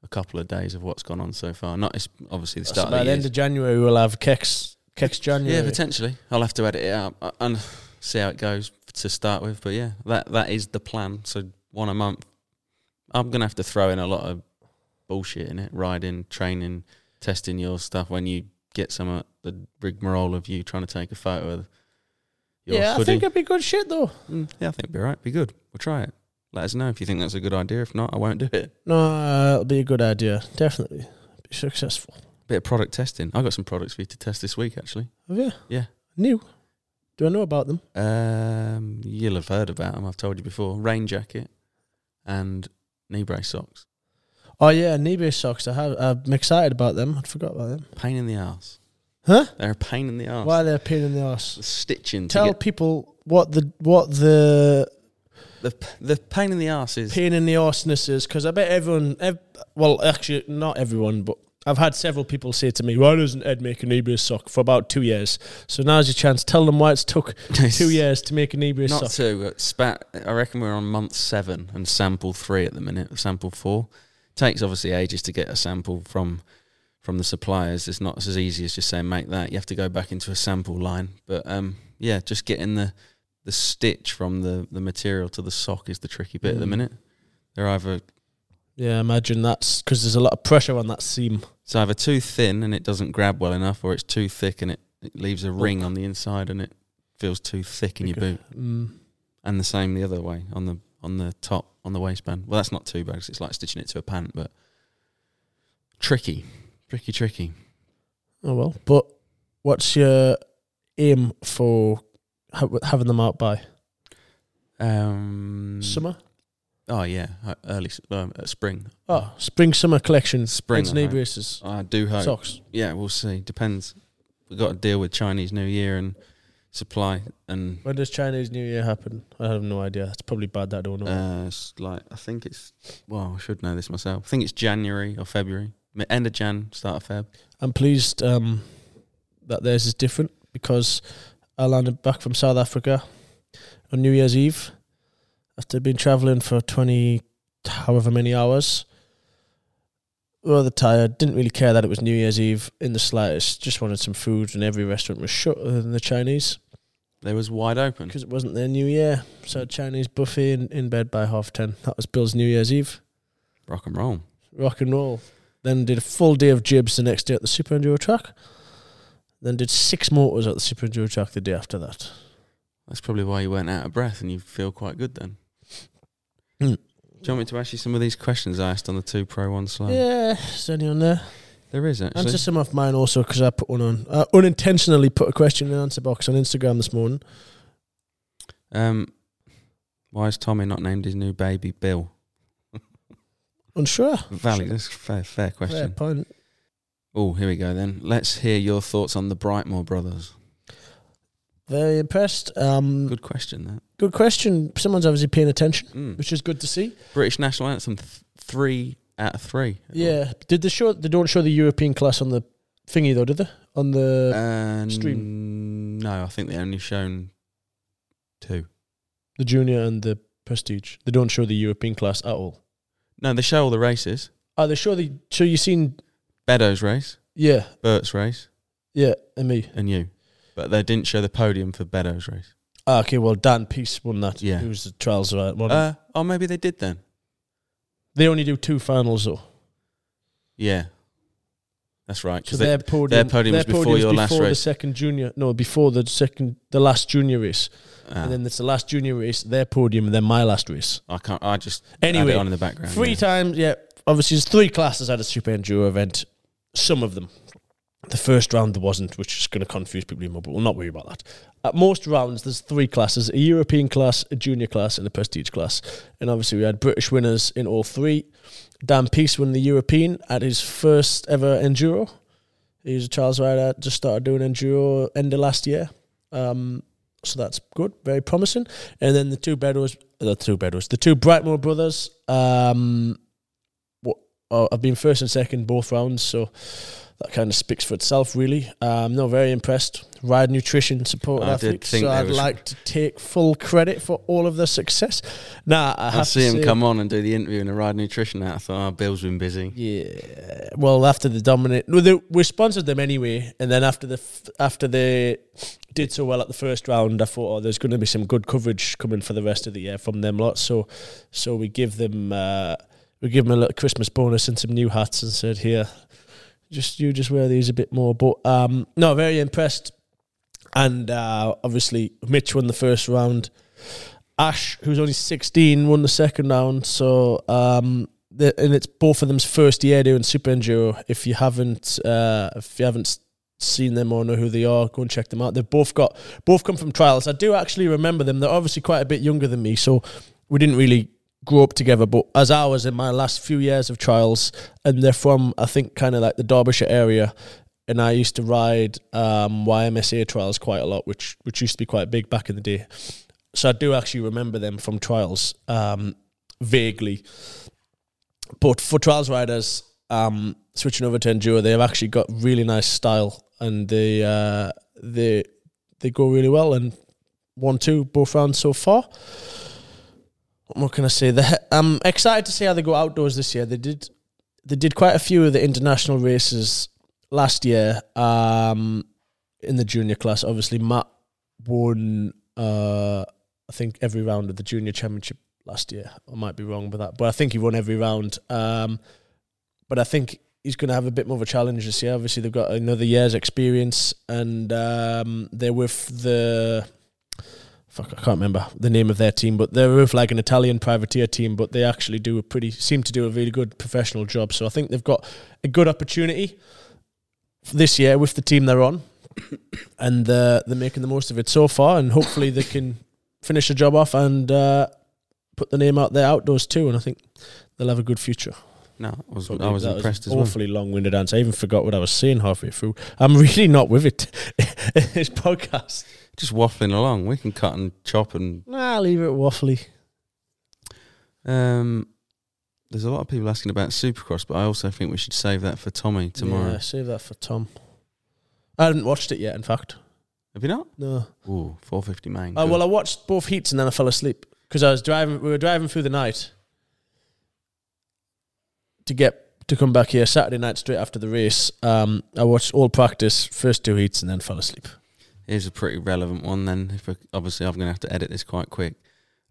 Speaker 4: a couple of days of what's gone on so far. Not it's obviously the
Speaker 3: so
Speaker 4: start
Speaker 3: by
Speaker 4: of
Speaker 3: the
Speaker 4: the
Speaker 3: end
Speaker 4: year.
Speaker 3: of January, we'll have Kex Kex January.
Speaker 4: Yeah, potentially. I'll have to edit it out uh, and see how it goes to start with. But yeah, that that is the plan. So one a month. I'm gonna have to throw in a lot of bullshit in it: riding, training, testing your stuff. When you get some of the rigmarole of you trying to take a photo of your
Speaker 3: yeah, I
Speaker 4: hoodie.
Speaker 3: think it'd be good shit though.
Speaker 4: Mm, yeah, I think it'd be all right. Be good. We'll try it. Let us know if you think that's a good idea. If not, I won't do it.
Speaker 3: No, uh, it'll be a good idea. Definitely be successful.
Speaker 4: Bit of product testing. I got some products for you to test this week, actually.
Speaker 3: Have you?
Speaker 4: Yeah.
Speaker 3: New. Do I know about them?
Speaker 4: Um, you'll have heard about them. I've told you before. Rain jacket and knee brace socks.
Speaker 3: Oh yeah, Nebia socks. I have. I'm excited about them. I forgot about them.
Speaker 4: Pain in the ass.
Speaker 3: Huh?
Speaker 4: They're a pain in the arse.
Speaker 3: Why are they a pain in the ass?
Speaker 4: Stitching.
Speaker 3: Tell
Speaker 4: to get
Speaker 3: people what the what the
Speaker 4: the p- the pain in the arse is
Speaker 3: pain in the arseness is because I bet everyone. Ev- well, actually, not everyone, but I've had several people say to me, "Why doesn't Ed make an Ebreus sock for about two years?" So now's your chance. Tell them why it's took two years to make an Ebreus
Speaker 4: not
Speaker 3: sock.
Speaker 4: two. but Spat. I reckon we're on month seven and sample three at the minute. Sample four takes obviously ages to get a sample from from the suppliers. It's not as easy as just saying make that. You have to go back into a sample line. But um, yeah, just getting the the stitch from the the material to the sock is the tricky bit at the
Speaker 3: Mm.
Speaker 4: minute. They're either
Speaker 3: yeah, imagine that's because there's a lot of pressure on that seam.
Speaker 4: It's either too thin and it doesn't grab well enough, or it's too thick and it, it leaves a ring on the inside and it feels too thick in your boot.
Speaker 3: Mm.
Speaker 4: And the same the other way on the on the top on the waistband. Well, that's not too bad 'cause it's like stitching it to a pant, but tricky, tricky, tricky.
Speaker 3: Oh well, but what's your aim for ha- having them out by
Speaker 4: Um,
Speaker 3: summer?
Speaker 4: Oh yeah, uh, early s- um, uh, spring.
Speaker 3: Oh, spring summer collection.
Speaker 4: Spring,
Speaker 3: It's knee
Speaker 4: I hope.
Speaker 3: braces,
Speaker 4: I do hope.
Speaker 3: socks.
Speaker 4: Yeah, we'll see. Depends. We've got to deal with Chinese New Year and supply and
Speaker 3: When does Chinese New Year happen? I have no idea. It's probably bad that I don't know.
Speaker 4: Uh, it's like I think it's well, I should know this myself. I think it's January or February, Mi- end of Jan, start of Feb.
Speaker 3: I'm pleased um, that theirs is different because I landed back from South Africa on New Year's Eve after being travelling for 20 however many hours. Rather tired, didn't really care that it was New Year's Eve in the slightest. Just wanted some food, and every restaurant was shut other than the Chinese
Speaker 4: They was wide open.
Speaker 3: because it wasn't their New Year. So, I had Chinese buffet in, in bed by half 10. That was Bill's New Year's Eve.
Speaker 4: Rock and roll.
Speaker 3: rock and roll. Then did a full day of jibs the next day at the Super Enduro track. Then did six motors at the Super Enduro track the day after that.
Speaker 4: That's probably why you weren't out of breath and you feel quite good then.
Speaker 3: Mm.
Speaker 4: Do you want me to ask you some of these questions I asked on the two pro one slide?
Speaker 3: Yeah, is there any on there?
Speaker 4: There is actually.
Speaker 3: Answer some of mine also because I put one on. I unintentionally put a question in the answer box on Instagram this morning.
Speaker 4: um, why is Tommy not named his new baby Bill?
Speaker 3: Unsure.
Speaker 4: Valid. That's a fair,
Speaker 3: Fair
Speaker 4: fair question.
Speaker 3: point.
Speaker 4: Oh, here we go then. Let's hear your thoughts on the Brightmore brothers.
Speaker 3: Very impressed. Um, good.
Speaker 4: Good question. That
Speaker 3: question. Someone's obviously paying attention,
Speaker 4: Mm.
Speaker 3: which is good to see.
Speaker 4: British national anthem. Th- three out of three.
Speaker 3: Yeah. Did they show? They don't show the European class on the thingy though, did they? On the
Speaker 4: Uh,
Speaker 3: stream?
Speaker 4: No, I think they only shown two.
Speaker 3: the junior and the prestige. They don't show the European class at all.
Speaker 4: No, they show all the races.
Speaker 3: Are they sure they? So you seen?
Speaker 4: Beddoes race,
Speaker 3: Yeah,
Speaker 4: Burt's race,
Speaker 3: yeah, and me.
Speaker 4: and you. But they didn't show the podium for Beddoes race.
Speaker 3: Ah, okay, well Dan Peace won that.
Speaker 4: Yeah.
Speaker 3: it was the trials right one.
Speaker 4: Uh, oh, maybe they did then.
Speaker 3: they only do two finals though.
Speaker 4: Yeah, that's right.
Speaker 3: So
Speaker 4: Because
Speaker 3: their podium,
Speaker 4: their podium was before
Speaker 3: podium's
Speaker 4: your last
Speaker 3: before the
Speaker 4: race.
Speaker 3: second junior. No, before the second, the last junior race,
Speaker 4: Ah.
Speaker 3: and then it's the last junior race, their podium, and then my last race.
Speaker 4: I can't. I just
Speaker 3: Anyway,
Speaker 4: had it on in the background.
Speaker 3: Three
Speaker 4: yeah.
Speaker 3: times, yeah. Obviously, there's three classes at a super enduro event. Some of them. The first round there wasn't, which is going to confuse people even more, but we'll not worry about that. At most rounds, there's three classes a European class, a junior class, and a prestige class. And obviously, we had British winners in all three. Dan Peace won the European at his first ever enduro. He was a Charles rider, just started doing enduro end of last year. Um, so that's good, very promising. And then the two Bedouins, the two Bedouins, the two Brightmore brothers, um, what, uh, have been first and second both rounds, so that kind of speaks for itself, really. Um, no, very impressed. Ride nutrition support
Speaker 4: I did
Speaker 3: athletes,
Speaker 4: think
Speaker 3: so
Speaker 4: they
Speaker 3: I'd
Speaker 4: was-
Speaker 3: like to take full credit for all of their success. Nah, I have
Speaker 4: I
Speaker 3: to
Speaker 4: see him
Speaker 3: say-
Speaker 4: come on and do the interview and the ride nutrition out. I thought, oh, Bill's been busy.
Speaker 3: Yeah. Well, after the dominant, well, they, we sponsored them anyway, and then after the f- after they did so well at the first round, I thought, oh, there's going to be some good coverage coming for the rest of the year from them lot. So, so we give them uh, we give them a little Christmas bonus and some new hats, and said, here, just you just wear these a bit more. But um, no, very impressed. And uh, obviously, Mitch won the first round. Ash, who's only 16, won the second round. So, um, the, and it's both of them's first year doing Super Enduro. If you haven't, uh, if you haven't s- seen them or know who they are, go and check them out. They've both got, both come from trials. I do actually remember them. They're obviously quite a bit younger than me, so we didn't really grow up together. But as I was in my last few years of trials, and they're from, I think, kind of like the Derbyshire area, and I used to ride um, YMSA trials quite a lot, which which used to be quite big back in the day. So I do actually remember them from trials um, vaguely. But for trials riders, um, switching over to enduro, they've actually got really nice style, and they uh, they they go really well. And one two both rounds so far. What more can I say? There, I'm excited to see how they go outdoors this year. They did they did quite a few of the international races last year um, in the junior class. Obviously, Matt won, uh, I think, every round of the junior championship last year. I might be wrong with that, but I think he won every round. Um, but I think he's going to have a bit more of a challenge this year. Obviously, they've got another year's experience, and um, they're with the. Fuck, I can't remember the name of their team, but they're with like an Italian privateer team, but they actually do a pretty seem to do a really good professional job. So I think they've got a good opportunity this year with the team they're on, and uh, they're making the most of it so far. And hopefully they can finish the job off and uh, put the name out there outdoors too. And I think they'll have a good future.
Speaker 4: No, I was,
Speaker 3: But
Speaker 4: I was
Speaker 3: that
Speaker 4: impressed
Speaker 3: was
Speaker 4: as well.
Speaker 3: Awfully long-winded answer. I even forgot what I was saying halfway through. I'm really not with it. this podcast.
Speaker 4: Just waffling along. We can cut and chop and
Speaker 3: Nah, leave it waffly.
Speaker 4: um. There's a lot of people asking about Supercross, but I also think we should save that for Tommy tomorrow.
Speaker 3: Yeah, save that for Tom. I haven't watched it yet. In fact,
Speaker 4: Have you not?
Speaker 3: no.
Speaker 4: Ooh, 450 main.
Speaker 3: Uh,
Speaker 4: Good.
Speaker 3: well, I watched both heats and then I fell asleep because I was driving. We were driving through the night to get to come back here Saturday night straight after the race. Um, I watched all practice first two heats and then fell asleep.
Speaker 4: Here's a pretty relevant one then. If I, obviously I'm going to have to edit this quite quick.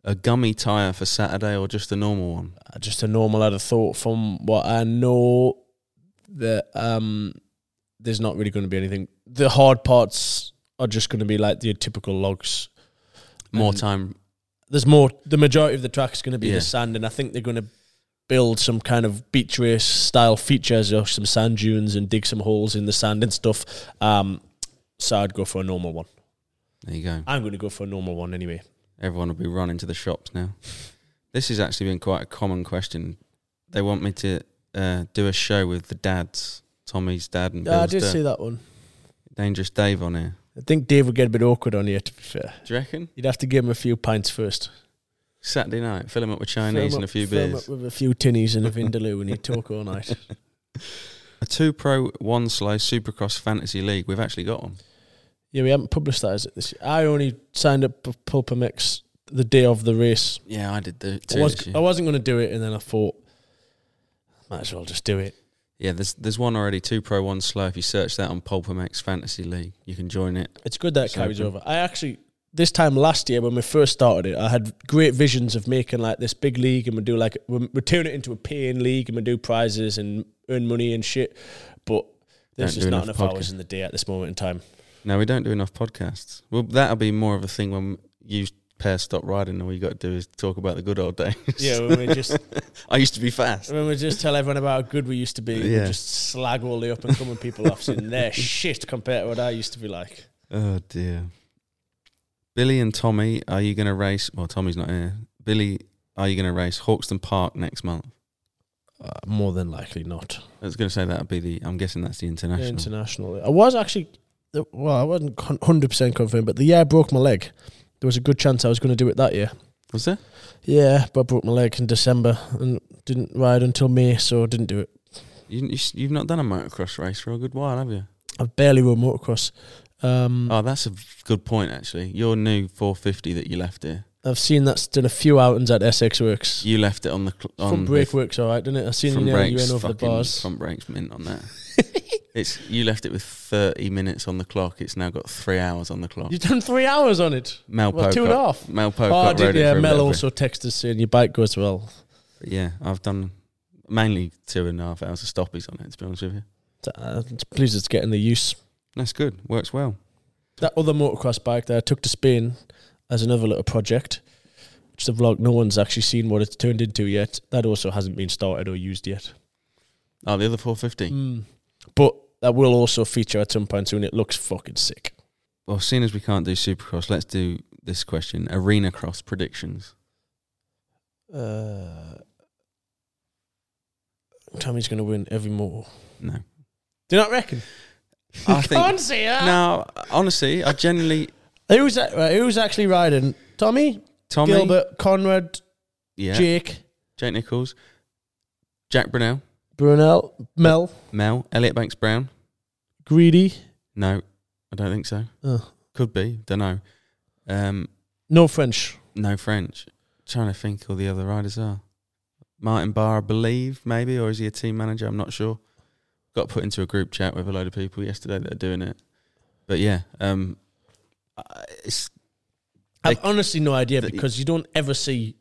Speaker 4: A gummy tire for Saturday or just a normal one?
Speaker 3: Uh, Just a normal I'd have thought from what I know that um, there's not really going to be anything. The hard parts are just going to be like the typical logs.
Speaker 4: More
Speaker 3: And-
Speaker 4: time.
Speaker 3: there's more the majority of the track's going to be
Speaker 4: Yeah.
Speaker 3: the sand and i think they're going to build some kind of beach race style features or some sand dunes and dig some holes in the sand and stuff um, so i'd go for a normal one
Speaker 4: There you go.
Speaker 3: i'm going to go for a normal one anyway
Speaker 4: Everyone will be running to the shops now. this has actually been quite a common question. They want me to uh, do a show with the dads, Tommy's dad and
Speaker 3: yeah, i
Speaker 4: Bill's
Speaker 3: did
Speaker 4: dad.
Speaker 3: see that one
Speaker 4: Dangerous Dave on here.
Speaker 3: i think dave would get a bit awkward on here to be fair
Speaker 4: Do you reckon?
Speaker 3: you'd have to give him a few pints first
Speaker 4: Saturday night, fill him up with Chinese
Speaker 3: Fill him
Speaker 4: and a
Speaker 3: up-
Speaker 4: few
Speaker 3: fill him
Speaker 4: beers.
Speaker 3: up with a few tinnies and a vindaloo and you talk all night
Speaker 4: A two pro, one slow supercross fantasy league. We've actually got one.
Speaker 3: yeah we haven't published that is it this year i only signed up for pulper mix the day of the race
Speaker 4: Yeah, I did the two.
Speaker 3: I, was,
Speaker 4: this year.
Speaker 3: I wasn't going to do it, and then I thought, might as well just do it.
Speaker 4: Yeah, there's there's one already, two pro, one slow. If you search that on Pulpamex Fantasy League, you can join it.
Speaker 3: It's good that it
Speaker 4: It's
Speaker 3: carries
Speaker 4: open.
Speaker 3: over. I actually, this time last year when we first started it, I had great visions of making like this big league, and we do like we we turn it into a paying league, and we do prizes and earn money and shit. But there's
Speaker 4: Don't
Speaker 3: just
Speaker 4: do
Speaker 3: not
Speaker 4: enough
Speaker 3: enough
Speaker 4: podcast.
Speaker 3: hours in the day at this moment in time.
Speaker 4: No, we don't do enough podcasts. Well, that'll be more of a thing when you pair stop riding, and all you got to do is talk about the good old days.
Speaker 3: Yeah, Uh, when we just
Speaker 4: I used to be fast.
Speaker 3: when we just tell everyone about how good we used to be,
Speaker 4: Yeah.
Speaker 3: we just slag all the up and coming people off, saying they're shit compared to what I used to be like.
Speaker 4: Oh dear. Billy and Tommy, are you going to race? Well, Tommy's not here. Billy, are you going to race Hawkston Park next month?
Speaker 3: Uh, more than likely not.
Speaker 4: I was going to say that'll be the. I'm guessing that's the
Speaker 3: Yeah,
Speaker 4: international.
Speaker 3: international. I was actually, the- well, I wasn't hundred percent confirmed, but the year I broke my leg, there was a good chance I was going to do it that year.
Speaker 4: Was there?
Speaker 3: Yeah, but I broke my leg in December and didn't ride until May, so I didn't do it.
Speaker 4: You, you, s- you've not done a motocross race for a good while, have you?
Speaker 3: I barely rode motocross. Um,
Speaker 4: Oh, that's a good point, actually. Your new 450 that you left here,
Speaker 3: I've seen that's done a few outings at SX Works.
Speaker 4: you left it on the cl- on
Speaker 3: Front brake works all right, didn't it? I've
Speaker 4: with,
Speaker 3: seen you
Speaker 4: front
Speaker 3: nearly
Speaker 4: brakes,
Speaker 3: went over the
Speaker 4: fucking
Speaker 3: bars.
Speaker 4: front brakes mint on that. it's you left it with 30 minutes on the clock. It's now got three hours on the clock.
Speaker 3: You've done three hours on it.
Speaker 4: Mel
Speaker 3: Well, two and a
Speaker 4: Pocock-
Speaker 3: half.
Speaker 4: Mel
Speaker 3: Oh, I
Speaker 4: Pocock
Speaker 3: did,
Speaker 4: rode it
Speaker 3: yeah.
Speaker 4: for a
Speaker 3: Mel
Speaker 4: little bit.
Speaker 3: also texted us saying your bike goes well.
Speaker 4: But yeah, I've done mainly two and a half hours of stoppies on it. To be honest with you,
Speaker 3: Uh, please, it's getting the use.
Speaker 4: that's good. Works well.
Speaker 3: that other motocross bike that I took to Spain as another little project, which the vlog no one's actually seen what it's turned into yet. That also hasn't been started or used yet.
Speaker 4: Oh, the other 450.
Speaker 3: Mm. But that will also feature at some point soon. It looks fucking sick.
Speaker 4: Well, seeing as we can't do Supercross, let's do this question: Arena Cross predictions.
Speaker 3: Uh, Tommy's going to win every moto.
Speaker 4: No,
Speaker 3: Do you not reckon?
Speaker 4: I think,
Speaker 3: can't see her.
Speaker 4: No, honestly, I genuinely
Speaker 3: Who's that, right, who's actually riding? Tommy,
Speaker 4: Tommy,
Speaker 3: Gilbert, Conrad,
Speaker 4: yeah, Jake.
Speaker 3: Jake,
Speaker 4: Nichols, Jack Brunel,
Speaker 3: Brunel, Mel,
Speaker 4: Mel, Elliot Banks Brown.
Speaker 3: Greedy.
Speaker 4: No, I don't think so.
Speaker 3: Oh.
Speaker 4: Could be, don't know. Um,
Speaker 3: No French.
Speaker 4: no French. Trying to think who the other riders are. Martin Barr, I believe, maybe, or is he a team manager? I'm not sure. Got put into a group chat with a load of people yesterday that are doing it. But yeah, um, I- it's
Speaker 3: I've
Speaker 4: Like-
Speaker 3: honestly no idea
Speaker 4: The-
Speaker 3: because you don't ever see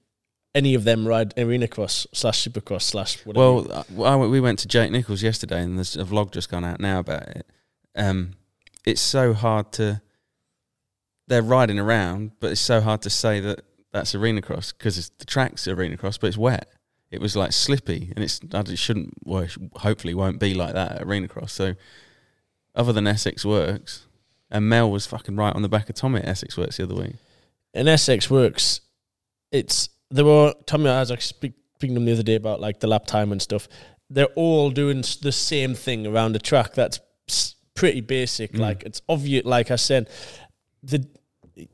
Speaker 3: any of them ride arena cross slash supercross slash whatever.
Speaker 4: Well, uh, well, I went- we went to Jake Nichols yesterday, and there's a vlog just gone out now about it. Um, it's so hard to. They're riding around, but it's so hard to say that that's arena cross because the track's arena cross, but it's wet. It was like slippy, and it's and it shouldn't. Well, it sh- hopefully, won't be like that at arena cross. So, other than Essex Works, and Mel was fucking right on the back of Tommy at Essex Works the other week.
Speaker 3: in Essex works, it's there were Tommy. I was like speak, speaking to him the other day about like the lap time and stuff. They're all doing s- the same thing around the track. That's s- pretty basic.
Speaker 4: Mm.
Speaker 3: Like it's obvious. Like I said, the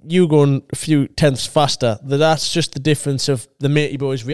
Speaker 3: you going a few tenths faster. tha- That's just the difference of the matey boys. re-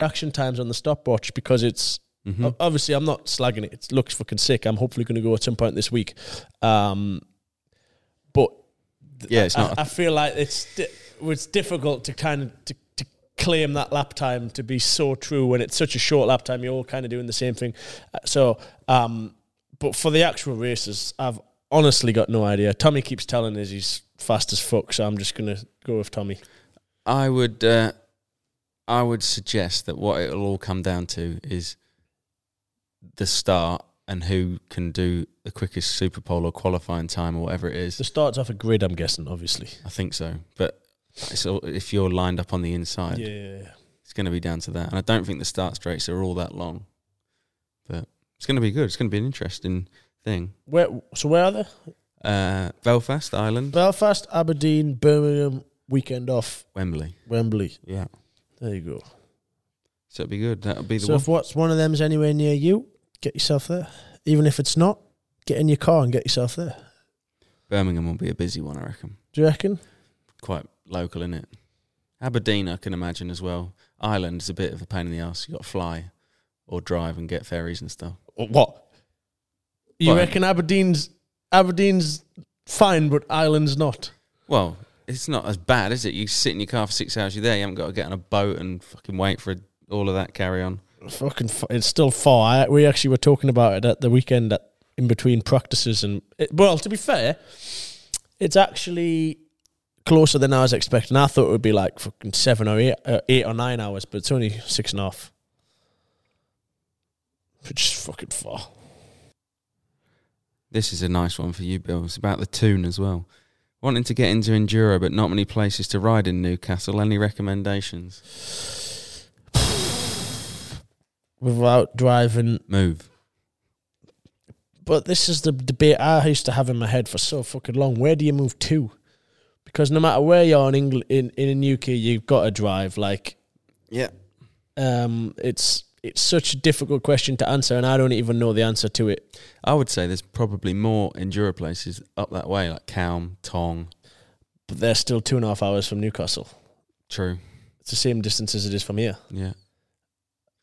Speaker 3: reaction times on the stopwatch because it's
Speaker 4: Mm-hmm.
Speaker 3: o- obviously I'm not slagging it. It looks fucking sick. I'm hopefully going to go at some point this week. Um, but th-
Speaker 4: Yeah, it's
Speaker 3: I,
Speaker 4: not-
Speaker 3: I feel like it's di- it's difficult to kind of to, to claim that lap time to be so true when it's such a short lap time. You're all kind of doing the same thing. Uh, So, um, but for the actual races, I've honestly got no idea. Tommy keeps telling us he's fast as fuck, so I'm just gonna go with Tommy.
Speaker 4: I would uh, I would suggest that what it'll all come down to is the start and who can do the quickest super pole or qualifying time or whatever it is.
Speaker 3: The start's off a grid, I'm guessing, obviously.
Speaker 4: I think so, but it's all, if you're lined up on the inside,
Speaker 3: Yeah.
Speaker 4: it's going to be down to that. And I don't think the start straights are all that long, but it's going to be good. It's going to be an interesting thing.
Speaker 3: Where so where are they?
Speaker 4: Uh, Belfast, Ireland,
Speaker 3: Belfast, Aberdeen, Birmingham, weekend off,
Speaker 4: Wembley.
Speaker 3: Wembley.
Speaker 4: Yeah,
Speaker 3: There you go.
Speaker 4: so it'll be good. That'll be the
Speaker 3: So if what's one of them's anywhere near you, get yourself there. Even if it's not, get in your car and get yourself there.
Speaker 4: Birmingham will be a busy one, I reckon.
Speaker 3: Do you reckon?
Speaker 4: quite local, in it? Aberdeen, I can imagine as well. Ireland is a bit of a pain in the ass. You got to fly or drive and get ferries and stuff.
Speaker 3: What? You
Speaker 4: Well,
Speaker 3: reckon Aberdeen's Aberdeen's fine, but Ireland's not.
Speaker 4: Well, it's not as bad, is it? You sit in your car for six hours. You're there. You haven't got to get on a boat and fucking wait for all of that carry on.
Speaker 3: Fucking, f- it's still far. I, we actually were talking about it at the weekend, at, in between practices, and it, well, to be fair, it's actually closer than I was expecting. I thought it would be like fucking seven or eight, uh, eight or nine hours, but it's only six and a half, which is fucking far.
Speaker 4: This is a nice one for you, Bill. It's about the tune as well. Wanting to get into enduro, but not many places to ride in Newcastle. Any recommendations?
Speaker 3: without driving.
Speaker 4: Move.
Speaker 3: But this is the debate I used to have in my head for so fucking long. Where do you move to? Because no matter where you are in England, in in the UK, you've got to drive. Like,
Speaker 4: Yeah.
Speaker 3: um, it's it's such a difficult question to answer, and I don't even know the answer to it.
Speaker 4: I would say there's probably more enduro places up that way, like Calm, Tong.
Speaker 3: But they're still two and a half hours from Newcastle.
Speaker 4: True.
Speaker 3: It's the same distance as it is from here.
Speaker 4: Yeah.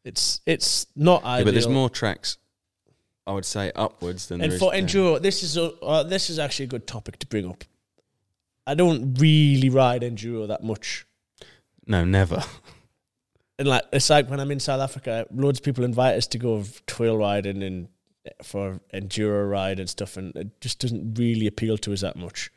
Speaker 3: It's it's not ideal.
Speaker 4: yeah but there's more tracks, I would say, upwards than there
Speaker 3: And
Speaker 4: is
Speaker 3: for
Speaker 4: down.
Speaker 3: enduro, this is a, uh, this is actually a good topic to bring up. I don't really ride enduro that much,
Speaker 4: No, never.
Speaker 3: and like it's like when I'm in South Africa, loads of people invite us to go v- trail riding and for enduro ride and stuff, and it just doesn't really appeal to us that much.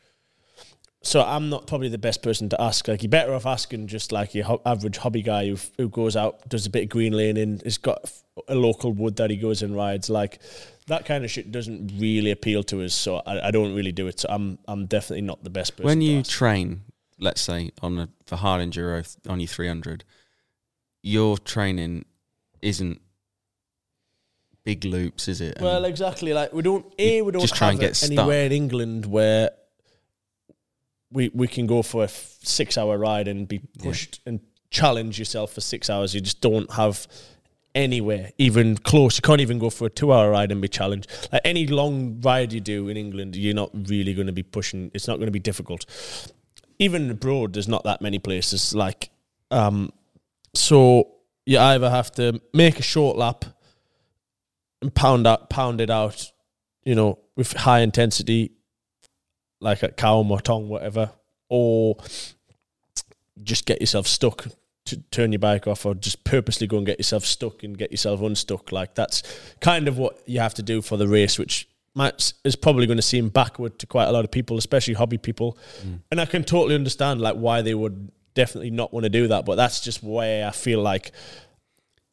Speaker 3: So I'm not probably the best person to ask. Like you're better off asking just like your ho- average hobby guy who f- who goes out, does a bit of green laning, has got f- a local wood that he goes and rides. Like that kind of shit doesn't really appeal to us. So I, I don't really do it. So I'm I'm definitely not the best person.
Speaker 4: when
Speaker 3: to
Speaker 4: you
Speaker 3: ask.
Speaker 4: train, let's say on a for hard enduro th- on your 300, your training isn't big loops, is it?
Speaker 3: Well,
Speaker 4: And
Speaker 3: exactly. Like we don't. A, we don't
Speaker 4: just try
Speaker 3: have
Speaker 4: and
Speaker 3: it
Speaker 4: get stuck.
Speaker 3: anywhere in England where we we can go for a f- six-hour ride and be pushed and challenge yourself for six hours. You just don't have anywhere even close. You can't even go for a two-hour ride and be challenged. Like any long ride you do in England, you're not really going to be pushing. It's not going to be difficult. Even abroad, there's not that many places like. um So you either have to make a short lap and pound out, pound it out, you know, with high intensity, like at Calm or Tong, whatever, or just get yourself stuck. To turn your bike off, or just purposely go and get yourself stuck and get yourself unstuck. Like that's kind of what you have to do for the race, which might, is probably going to seem backward to quite a lot of people, especially hobby people. And I can totally understand like why they would definitely not want to do that, but that's just where I feel like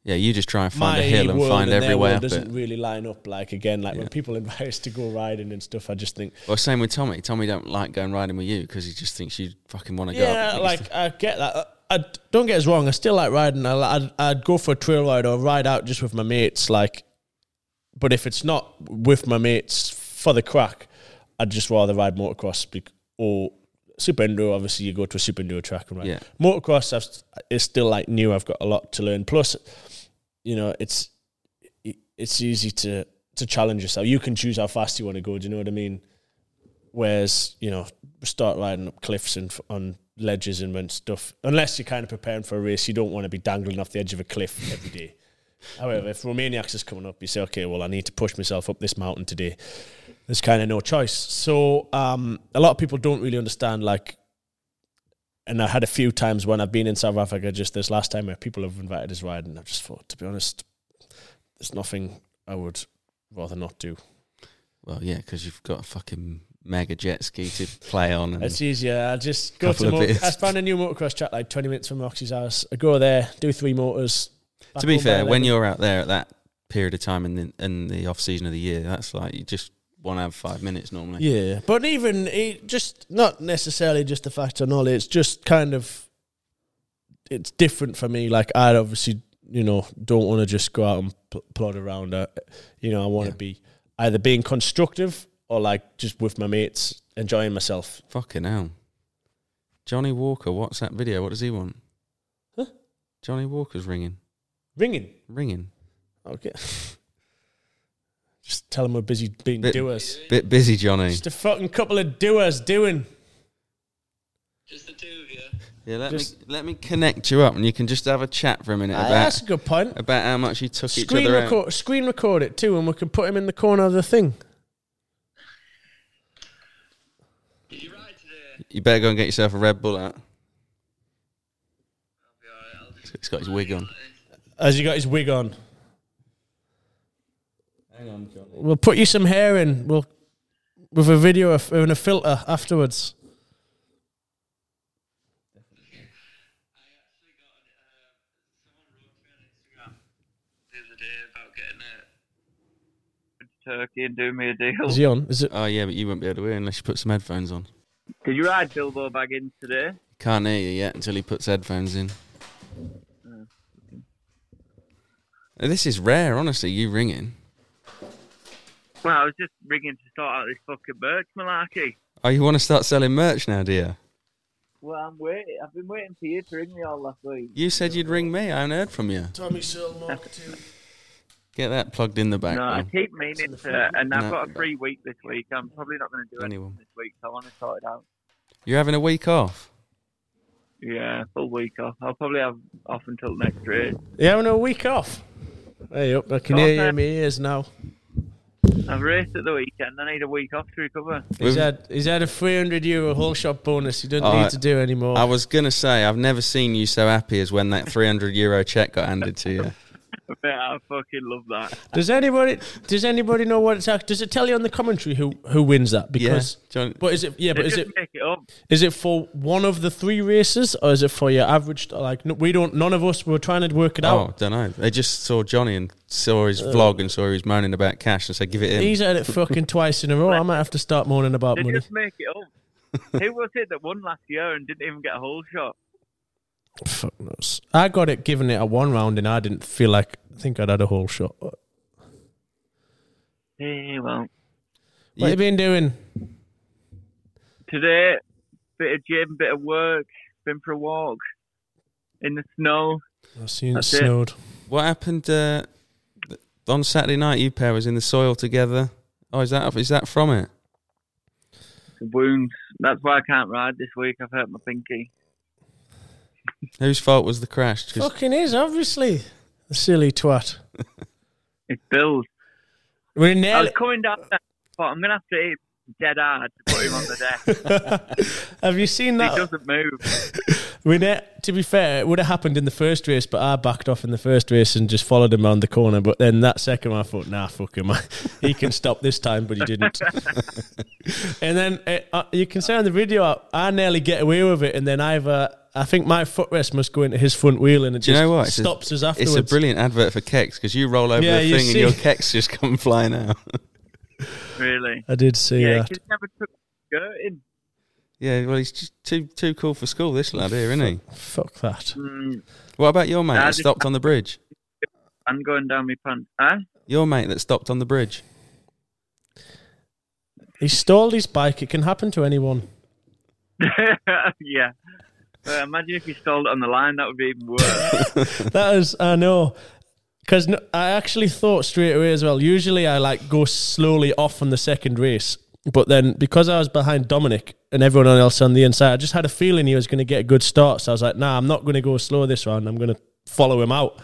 Speaker 4: yeah, you just try and
Speaker 3: my
Speaker 4: find a hill and
Speaker 3: world
Speaker 4: find
Speaker 3: and
Speaker 4: every
Speaker 3: their
Speaker 4: way
Speaker 3: world
Speaker 4: up
Speaker 3: doesn't
Speaker 4: it.
Speaker 3: really line up. Like again, like when people invite us to go riding and stuff, I just think,
Speaker 4: Well, same with Tommy. Tommy don't like going riding with you because he just thinks you fucking want to go.
Speaker 3: yeah,
Speaker 4: up.
Speaker 3: like I get that. I- I don't get us wrong. I still like riding. I, I'd I'd go for a trail ride or ride out just with my mates. Like, but if it's not with my mates for the crack, I'd just rather ride motocross bec- or super enduro. Obviously, you go to a super enduro track and ride.
Speaker 4: Yeah.
Speaker 3: Motocross I've, st- is still like new. I've got a lot to learn. Plus, you know, it's it- it's easy to to challenge yourself. You can choose how fast you want to go. Do you know what I mean? Whereas you know, start riding up cliffs and f- on ledges and when stuff. Unless you're kind of preparing for a race, you don't want to be dangling off the edge of a cliff every day. However, if Romaniacs is coming up, you say, okay, well, I need to push myself up this mountain today. There's kind of no choice. So um, a lot of people don't really understand, like, and I had a few times when I've been in South Africa just this last time where people have invited us riding. I've just thought, to be honest, there's nothing I would rather not do.
Speaker 4: well, yeah, because you've got a fucking mega jet ski to play on. And
Speaker 3: It's easier. I just go
Speaker 4: Mm. Couple
Speaker 3: to.
Speaker 4: of
Speaker 3: Mo- I
Speaker 4: bits.
Speaker 3: found a new motocross track like 20 minutes from Roxy's house. I go there, do three motors. back
Speaker 4: to be
Speaker 3: home by
Speaker 4: fair,
Speaker 3: 11.
Speaker 4: when you're out there at that period of time in the, in the off season of the year, that's like you just want to have five minutes normally.
Speaker 3: Yeah, but even it just not necessarily just the fact or knowledge. It's just kind of it's different for me. Like I obviously, you know, don't want to just go out and pl- plod around. Uh, you know, I want to
Speaker 4: Yeah.
Speaker 3: be either being constructive or like just with my mates enjoying myself.
Speaker 4: Fucking hell. Johnny Walker, what's that video? What does he want?
Speaker 3: Huh?
Speaker 4: Johnny Walker's ringing.
Speaker 3: Ringing.
Speaker 4: Ringing.
Speaker 3: Okay. just tell them we're busy being
Speaker 4: Bit-
Speaker 3: doers.
Speaker 4: Bit busy, Johnny.
Speaker 3: Just a fucking couple of doers doing.
Speaker 4: Yeah, let,
Speaker 3: just-
Speaker 4: me, let me connect you up and you can just have a chat for a minute
Speaker 3: Ah, that's
Speaker 4: about,
Speaker 3: a good point.
Speaker 4: about how much you took each
Speaker 3: Screen
Speaker 4: other out.
Speaker 3: record, screen record it too, and we can put him in the corner of the thing.
Speaker 4: You better go and get yourself a Red Bull out. He's got his wig on.
Speaker 3: Has he got his wig on?
Speaker 4: Hang on, Johnny.
Speaker 3: We'll put you some hair in. We'll with a video of, and a filter afterwards.
Speaker 5: Turkey and do me a deal.
Speaker 3: Is he on? Is it?
Speaker 4: Oh, yeah, but you won't be able to hear unless you put some headphones on.
Speaker 5: Did you ride Bilbo Baggins today?
Speaker 4: Can't hear you yet until he puts headphones in. Uh, This is rare, honestly. You ringing?
Speaker 5: Well, I was just ringing to sort out this fucking merch malarkey.
Speaker 4: Oh, you want to start selling merch now, do you?
Speaker 5: Well, I'm waiting. I've been waiting for you to ring me all last week.
Speaker 4: You said you'd ring me. I haven't heard from you.
Speaker 3: Tommy Searle marketing.
Speaker 4: Get that plugged in the back.
Speaker 5: No, I
Speaker 4: man.
Speaker 5: keep meaning to, and I've
Speaker 4: No,
Speaker 5: got a
Speaker 4: no.
Speaker 5: free week this week. I'm probably not going to do
Speaker 4: Anyone.
Speaker 5: anything this week, so I want to sort it out.
Speaker 4: You're having a week off.
Speaker 5: Yeah, full week off. I'll probably have off until next trade.
Speaker 3: You having a week off? Hey, up! I can
Speaker 5: Off,
Speaker 3: hear you
Speaker 5: eh?
Speaker 3: in my ears now.
Speaker 5: I've raced at the weekend. I need a week off to recover.
Speaker 3: He's
Speaker 4: We've-
Speaker 3: had he's had a three hundred euro whole shot bonus. He doesn't
Speaker 4: Oh, I-
Speaker 3: need to do anymore.
Speaker 4: I was gonna say I've never seen you so happy as when that 300 euro check got handed to you.
Speaker 5: Mate, I fucking love that.
Speaker 3: does anybody does anybody know what it's act- does it tell you on the commentary who who wins that? Because
Speaker 4: Do you want-
Speaker 3: but is it yeah?
Speaker 5: They
Speaker 3: But is
Speaker 5: just
Speaker 3: it
Speaker 5: make it up.
Speaker 3: is it for one of the three races or is it for your average? Like no, we don't none of us were trying to work it
Speaker 4: Oh,
Speaker 3: out.
Speaker 4: don't know. They just saw Johnny and saw his vlog and saw he was moaning about cash and said, "Give it in."
Speaker 3: He's had it fucking twice in a row. I might have to start moaning about
Speaker 5: They
Speaker 3: money.
Speaker 5: just make it up. Who was it that won last year and didn't even get a hole shot?
Speaker 3: Fuck knows. I got it given it a one round and I didn't feel like I think I'd had a whole shot. What
Speaker 5: Eh, well,
Speaker 4: You-
Speaker 3: you been doing?
Speaker 5: today, bit of gym, bit of work, been for a walk in the snow.
Speaker 3: I've seen it
Speaker 5: That's it.
Speaker 3: snowed.
Speaker 4: What happened uh, th- on Saturday night? You pair was in the soil together. Oh, is that is that from it?
Speaker 5: The wounds. That's why I can't ride this week. I've hurt my pinky.
Speaker 4: Whose fault was the crash? 'Cause
Speaker 3: Fucking is, obviously. The silly twat.
Speaker 5: It's Bill's.
Speaker 3: We're
Speaker 5: I was
Speaker 3: nearly.
Speaker 5: coming down there, but I'm going to have to hit him dead hard to put him on the deck.
Speaker 3: Have you seen
Speaker 5: He
Speaker 3: that?
Speaker 5: doesn't move.
Speaker 3: We ne- to be fair, it would have happened in the first race, but I backed off in the first race and just followed him around the corner. But then that second, one, I thought, nah, fuck him. he can stop this time, but he didn't. and then uh, uh, you can see on the video, I, I nearly get away with it, and then I've. Uh, I think my footrest must go into his front wheel, and it
Speaker 4: do you
Speaker 3: just
Speaker 4: know what? It's a-
Speaker 3: stops us afterwards.
Speaker 4: It's a brilliant advert for Kex because you roll over
Speaker 3: Yeah,
Speaker 4: the
Speaker 3: you
Speaker 4: thing and
Speaker 3: see-
Speaker 4: your Kex just come flying out.
Speaker 5: Really.
Speaker 3: I did see
Speaker 5: Yeah,
Speaker 3: that.
Speaker 5: he's never took a skirt in.
Speaker 4: yeah, well, he's just too too cool for school, this lad here, isn't he?
Speaker 3: Fuck that.
Speaker 5: Mm,
Speaker 4: What about your mate
Speaker 5: Nah, I
Speaker 4: that
Speaker 5: just-
Speaker 4: stopped on the bridge?
Speaker 5: I'm going down my pants. Huh?
Speaker 4: Your mate that stopped on the bridge.
Speaker 3: He stole his bike. It can happen to anyone.
Speaker 5: yeah. But imagine if you stole it on the line, that would be even worse.
Speaker 3: That is, I know. Because no, I actually thought straight away as well. Usually I like go slowly off on the second race. But then because I was behind Dominic and everyone else on the inside, I just had a feeling he was going to get a good start. So I was like, nah, I'm not going to go slow this round. I'm going to follow him out.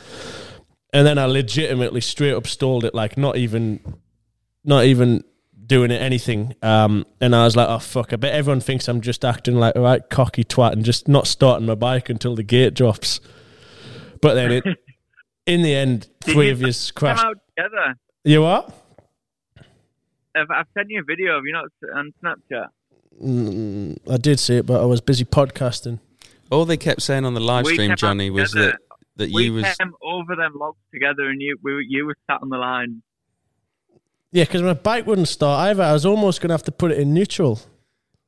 Speaker 3: And then I legitimately straight up stalled it, like not even, not even doing it anything. Um, and I was like, oh fuck! I bet everyone thinks I'm just acting like a right cocky twat and just not starting my bike until the gate drops. But then it, in the end,
Speaker 5: Did
Speaker 3: three
Speaker 5: you
Speaker 3: of yous
Speaker 5: Come
Speaker 3: crashed.
Speaker 5: out together.
Speaker 3: You what?
Speaker 5: I've, I've sent you a video of you not on Snapchat.
Speaker 3: Mm, I did see it, but I was busy podcasting.
Speaker 4: All they kept saying on the live
Speaker 5: We
Speaker 4: stream,
Speaker 5: came
Speaker 4: Johnny,
Speaker 5: out
Speaker 4: was that
Speaker 5: together.
Speaker 4: that
Speaker 5: we
Speaker 4: you was
Speaker 5: came over them logs together, and you we, were- you were sat on the line.
Speaker 3: Yeah, because my bike wouldn't start either. I was almost going to have to put it in neutral.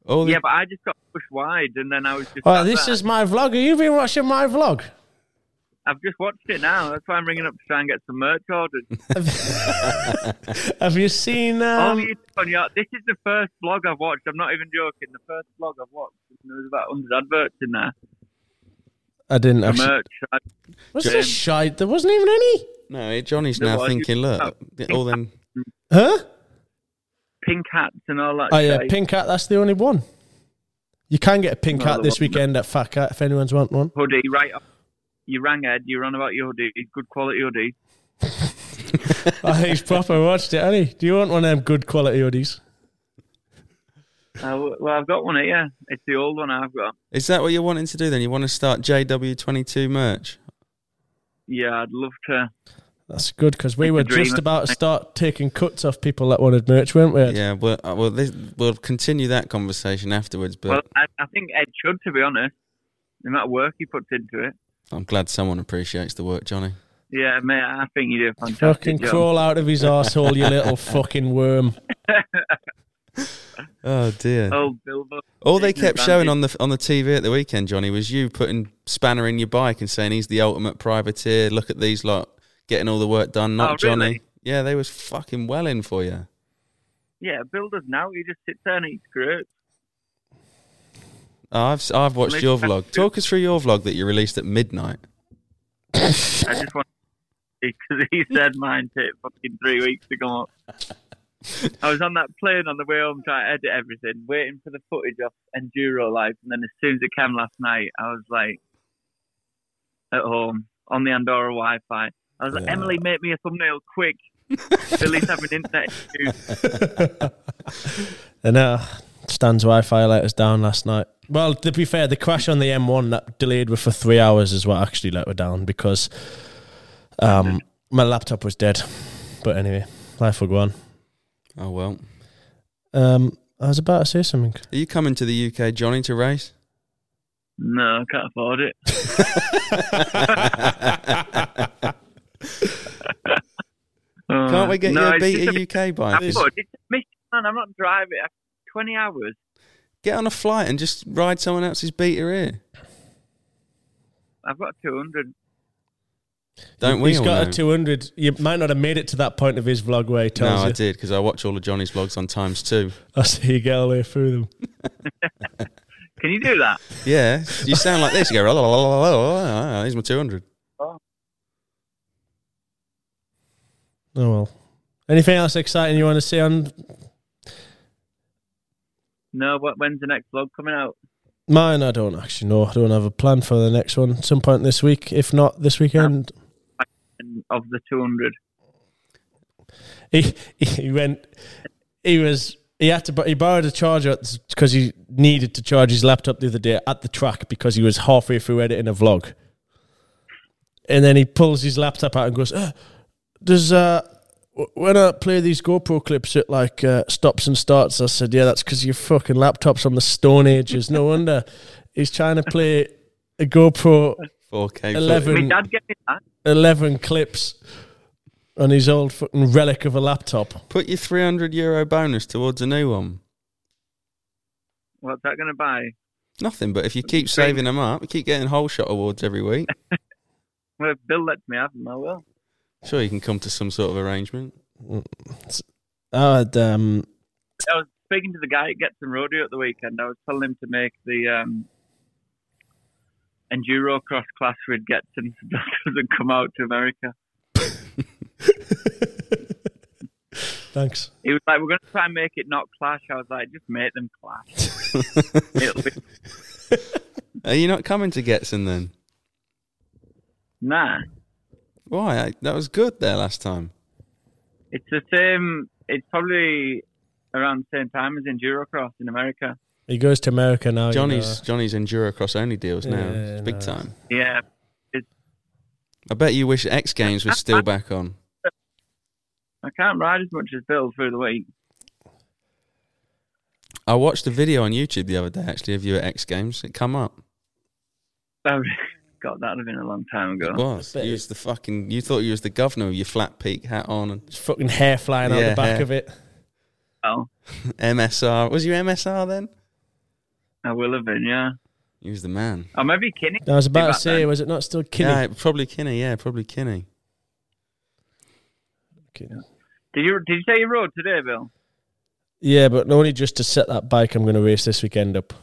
Speaker 4: all the
Speaker 5: Yeah, but I just got pushed wide, and then I was just.
Speaker 3: All right,
Speaker 5: sat
Speaker 3: this
Speaker 5: there.
Speaker 3: is my vlog. Have you been watching my vlog?
Speaker 5: I've just watched it now. That's why I'm ringing up to try and get some merch ordered.
Speaker 3: Um, Have you seen? Um,
Speaker 5: All Oh, you on your, this is the first vlog I've watched. I'm not even joking. The first vlog I've watched. And there was about 100 adverts in there.
Speaker 3: I didn't.
Speaker 5: For
Speaker 3: Actually,
Speaker 5: merch. I,
Speaker 3: What's
Speaker 4: Jim.
Speaker 3: this shite? There wasn't even any.
Speaker 4: no. Johnny's
Speaker 5: No,
Speaker 4: now
Speaker 5: I-
Speaker 4: thinking, look, all them.
Speaker 3: Huh?
Speaker 5: pink hats and all that.
Speaker 3: Oh yeah,
Speaker 5: shit.
Speaker 3: pink hat. That's the only one. You can get a pink
Speaker 5: No,
Speaker 3: hat
Speaker 5: there
Speaker 3: this
Speaker 5: wasn't.
Speaker 3: weekend at Fat Cat if anyone's want one.
Speaker 5: hoodie right off. You rang Ed, you ran about your hoodie. It's good quality hoodie.
Speaker 3: oh, he's proper watched it, hasn't he? Do you want one of them good quality hoodies?
Speaker 5: Uh, well, I've got one here. It's the old one I've got.
Speaker 4: Is that what you're wanting to do then? You want to start JW22 merch?
Speaker 5: Yeah, I'd love to.
Speaker 3: That's good because we
Speaker 5: It's
Speaker 3: were
Speaker 5: a dream,
Speaker 3: just
Speaker 5: isn't
Speaker 3: about to
Speaker 5: it?
Speaker 3: start taking cuts off people that wanted merch, weren't we?
Speaker 4: Yeah, well, uh, well, this, we'll continue that conversation afterwards. But
Speaker 5: Well, I, I think Ed should, to be honest. The amount of work he puts into it.
Speaker 4: I'm glad someone appreciates the work, Johnny.
Speaker 5: Yeah, mate, I think you do a fantastic
Speaker 3: Fucking
Speaker 5: job.
Speaker 3: crawl out of his arsehole, you little fucking worm.
Speaker 4: Oh dear!
Speaker 5: Old Bilbo.
Speaker 4: All they
Speaker 5: Taking
Speaker 4: kept showing
Speaker 5: advantage.
Speaker 4: on the on the TV at the weekend, Johnny, was you putting spanner in your bike and saying he's the ultimate privateer. Look at these lot. getting all the work done. Not
Speaker 5: Oh,
Speaker 4: Johnny.
Speaker 5: really?
Speaker 4: Yeah, they was fucking well in for you.
Speaker 5: Yeah, Bill does now. He just sits there and eats grapes.
Speaker 4: Oh, I've s- I've watched
Speaker 5: Make
Speaker 4: your
Speaker 5: sense.
Speaker 4: vlog. Talk us through your vlog that you released at midnight.
Speaker 5: I just want because he said mine took fucking three weeks to come up. I was on that plane on the way home trying to edit everything, waiting for the footage off Enduro Life, and then as soon as it came last night, I was like, at home on the Andorra Wi-Fi. I was like,
Speaker 4: Yeah.
Speaker 5: Emily, make me a thumbnail quick. at least have an internet. issue.
Speaker 3: And uh, Stan's Wi-Fi let us down last night. Well, to be fair, the crash on the M1 that delayed was for three hours is what actually let her down because um, my laptop was dead. But anyway, life will go on.
Speaker 4: Oh well,
Speaker 3: Um, I was about to say something.
Speaker 4: are you coming to the UK, Johnny, to race?
Speaker 5: No, I can't afford it.
Speaker 4: Can't we get you
Speaker 5: no,
Speaker 4: a
Speaker 5: it's just
Speaker 4: beat
Speaker 5: a bit-
Speaker 4: at UK
Speaker 5: I'm
Speaker 4: bike? Just
Speaker 5: bored. It's a mission, man. I'm not driving. I- Twenty hours.
Speaker 4: Get on a flight and just ride someone else's beater here.
Speaker 5: I've got two hundred.
Speaker 4: Don't we
Speaker 3: He's
Speaker 4: all
Speaker 3: got
Speaker 4: know?
Speaker 3: a 200. You might not have made it to that point of his vlog where he
Speaker 4: No,
Speaker 3: tells
Speaker 4: I
Speaker 3: you.
Speaker 4: did because I watch all of Johnny's vlogs on times two.
Speaker 3: I see you get all the way through them.
Speaker 5: Can you do that?
Speaker 4: Yeah, you sound like this. You go, "La, la, la, la, la, la, la, here's my 200.
Speaker 3: Oh well. Anything else exciting you want to say on
Speaker 5: No. What? When's the next vlog coming out?
Speaker 3: mine? I don't actually know. I don't have a plan for the next one. Some point this week, if not this weekend.
Speaker 5: And Of the two hundred.
Speaker 3: he he went. He was he had to. bo- He borrowed a charger because he needed to charge his laptop the other day at the track because he was halfway through editing a vlog. And then he pulls his laptop out and goes, "Uh, "Does uh, w- when I play these GoPro clips, it like uh, stops and starts?" I said, "Yeah, that's because your fucking laptop's on the Stone Ages. No wonder he's trying to play a GoPro
Speaker 4: 4K.
Speaker 3: Eleven.
Speaker 4: footage.
Speaker 5: My dad gave me that.
Speaker 3: 11 clips on his old fucking relic of a laptop."
Speaker 4: Put your 300 euro bonus towards a new one.
Speaker 5: What's that going to buy?
Speaker 4: Nothing, but if you keep saving them up, you keep getting whole shot awards every week.
Speaker 5: Well, if Bill lets me have them, I will.
Speaker 4: Sure, you can come to some sort of arrangement.
Speaker 3: I had um,
Speaker 5: I was speaking to the guy at Gets and Rodeo at the weekend. I was telling him to make the um, enduro cross class for Getson so that doesn't come out to America.
Speaker 3: Thanks.
Speaker 5: He was like, "We're going to try and make it not clash." I was like, "Just make them clash." It'll be
Speaker 4: Are you not coming to Getson then?
Speaker 5: nah.
Speaker 4: Why? I, that was good there last time.
Speaker 5: It's the same. It's probably around the same time as endurocross in America.
Speaker 3: He goes to America now. Oh, you
Speaker 4: Johnny's Johnny's Enduro Cross only deals now.
Speaker 3: Yeah,
Speaker 4: It's big
Speaker 3: no.
Speaker 4: time.
Speaker 5: Yeah,
Speaker 4: I bet you wish X Games was still back on.
Speaker 5: I can't ride as much as Bill through the week.
Speaker 4: I watched a video on YouTube the other day actually of you at X Games. It come up.
Speaker 5: Oh, God, that would have been a long time ago.
Speaker 4: It was.
Speaker 3: bet
Speaker 4: You
Speaker 3: it-
Speaker 4: was the fucking you thought you was the governor with your flat peak hat on and
Speaker 3: His fucking hair flying out
Speaker 4: Yeah,
Speaker 3: the back
Speaker 4: hair.
Speaker 3: of it.
Speaker 5: Well,
Speaker 4: MSR. Was you MSR then?
Speaker 5: I will have been, yeah.
Speaker 4: He was the man.
Speaker 5: Or maybe Kinney.
Speaker 3: I was about to
Speaker 5: Back
Speaker 3: say,
Speaker 5: then.
Speaker 3: was it not still Kinney?
Speaker 4: Yeah, probably Kinney, yeah, probably Kinney.
Speaker 3: Kinney.
Speaker 5: Did you did you say you rode today, Bill?
Speaker 3: Yeah, but only just to set that bike I'm going to race this weekend up.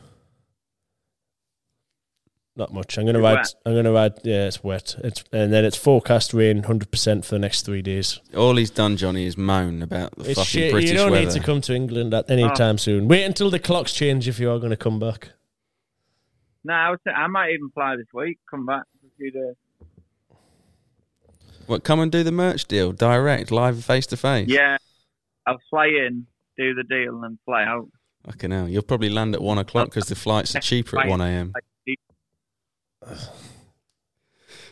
Speaker 3: Not much. I'm going to
Speaker 5: It's
Speaker 3: ride.
Speaker 5: wet.
Speaker 3: I'm going to ride. Yeah, it's wet. It's and then it's forecast rain 100 percent for the next three days.
Speaker 4: All he's done, Johnny, is moan about the
Speaker 3: It's
Speaker 4: fucking
Speaker 3: shit.
Speaker 4: British
Speaker 3: you don't
Speaker 4: weather.
Speaker 3: need to come to England at any
Speaker 5: Oh.
Speaker 3: time soon. Wait until the clocks change if you are going to come back.
Speaker 5: No, I, was, I might even fly this week. Come back for a few days.
Speaker 4: What? Come and do the merch deal direct, live, face to face.
Speaker 5: Yeah, I'll fly in, do the deal, and fly out.
Speaker 4: Fucking hell, you'll probably land at one o'clock because the flights are cheaper at
Speaker 5: Fly in.
Speaker 4: one a.m.
Speaker 5: Like,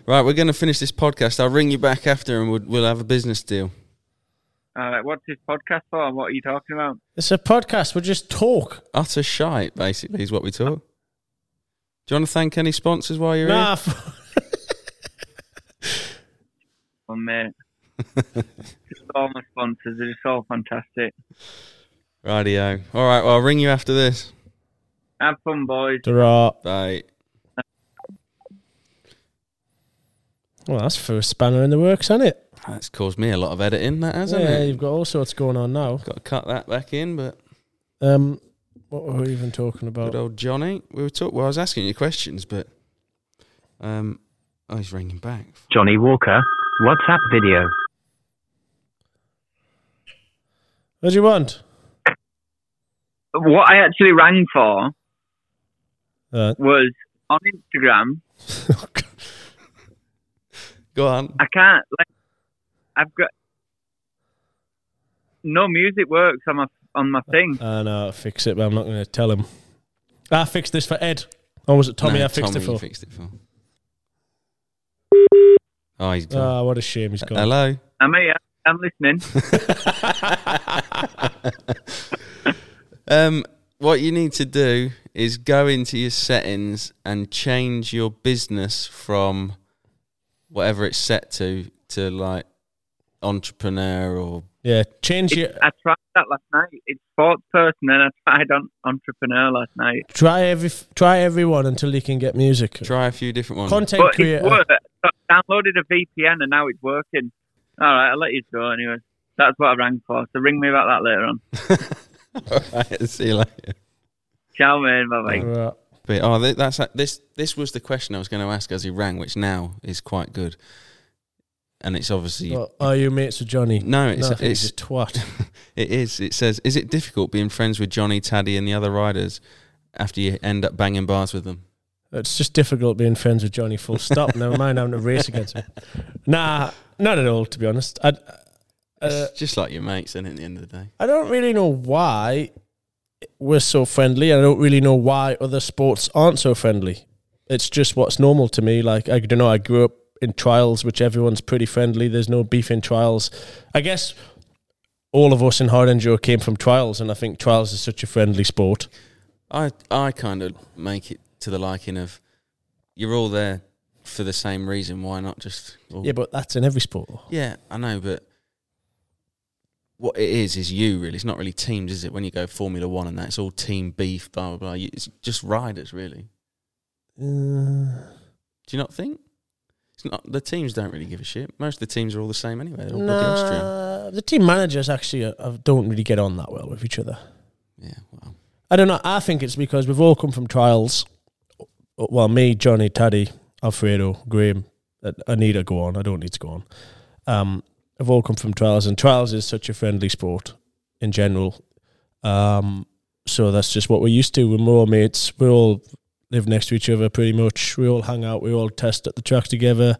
Speaker 4: Right, we're going to finish this podcast. I'll ring you back after, and we'll, we'll have a business deal.
Speaker 5: All right, what's this podcast for? What are you talking about?
Speaker 3: It's a podcast. We'll just talk.
Speaker 4: Utter shite, basically, is what we talk. Do you want to thank any sponsors while you're
Speaker 3: Nah,
Speaker 4: here?
Speaker 3: f-
Speaker 5: Oh, mate. just all my sponsors are just all fantastic.
Speaker 4: Rightio. All right, well, I'll ring you after this.
Speaker 5: Have fun, boys.
Speaker 3: there are.
Speaker 4: Bye.
Speaker 3: Well, that's for a spanner in the works, isn't it?
Speaker 4: That's caused me a lot of editing, that hasn't
Speaker 3: yeah,
Speaker 4: it?
Speaker 3: you've got all sorts going on now.
Speaker 4: Got to cut that back in, but
Speaker 3: Um, what were we even talking about?
Speaker 4: good old Johnny. We were talk- Well, I was asking you questions, but um, oh, he's ringing back.
Speaker 6: Johnny Walker, WhatsApp video.
Speaker 3: What do you want?
Speaker 5: What I actually rang for
Speaker 3: Uh,
Speaker 5: was on Instagram.
Speaker 4: Go on.
Speaker 5: I can't. Like, I've got no music works on my on my thing.
Speaker 3: uh, no, I'll fix it, but I'm not going to tell him. I fixed this for Ed. Or was it Tommy
Speaker 4: No,
Speaker 3: I fixed
Speaker 4: Tommy, you
Speaker 3: it for?
Speaker 4: fixed it for. Oh, he's gone.
Speaker 3: Ah, what a shame he's gone.
Speaker 4: Hello.
Speaker 5: I'm here. I'm listening.
Speaker 4: Um, what you need to do is go into your settings and change your business from whatever it's set to to like entrepreneur or
Speaker 3: Yeah, change your...
Speaker 5: It, I tried that last night. It's sports person, and I tried on entrepreneur last night.
Speaker 3: Try every try everyone until you can get music.
Speaker 4: try a few different ones.
Speaker 3: Content
Speaker 5: But it
Speaker 3: creator.
Speaker 5: worked. I downloaded a VPN, and now it's working. All right, I'll let you go anyway. That's what I rang for. So ring me about that later on.
Speaker 4: All right, see you later.
Speaker 5: Ciao, man. Bye bye.
Speaker 3: Right.
Speaker 4: But oh, th- that's this. This was the question I was going to ask as he rang, which now is quite good, and it's obviously
Speaker 3: Well, are you mates with Johnny?
Speaker 4: No, it's-
Speaker 3: I think he's
Speaker 4: it's-
Speaker 3: a twat.
Speaker 4: It is. It says, is it difficult being friends with Johnny, Taddy, and the other riders after you end up banging bars with them?
Speaker 3: It's just difficult being friends with Johnny. Full stop. Never mind having to race against him. Nah, not at all. To be honest, I uh,
Speaker 4: it's just like your mates, and at the end of the day,
Speaker 3: I don't really know why we're so friendly. I don't really know why other sports aren't so friendly. It's just what's normal to me. Like I don't know. I grew up in trials, which everyone's pretty friendly. There's no beef in trials. I guess all of us in hard enduro came from trials, and I think trials is such a friendly sport.
Speaker 4: I I kind of make it to the liking of you're all there for the same reason. Why not just? all-
Speaker 3: Yeah, but that's in every sport.
Speaker 4: yeah, I know, but what it is is you really. It's not really teams, is it? When you go Formula One and that, it's all team beef, blah blah blah. You- It's just riders, really.
Speaker 3: Uh,
Speaker 4: Do you not think? It's not the teams don't really give a shit. Most of the teams are all the same anyway. They're all bloody Austrian.
Speaker 3: Nah, the team managers actually uh, uh, don't really get on that well with each other.
Speaker 4: Yeah, well,
Speaker 3: I don't know. I think it's because we've all come from trials. Well, me, Johnny, Taddy, Alfredo, Graham, uh, Anita go on. I don't need to go on. Um, have all come from trials, and trials is such a friendly sport in general. Um, so that's just what we're used to. We're all mates. We all live next to each other pretty much. We all hang out. We all test at the track together.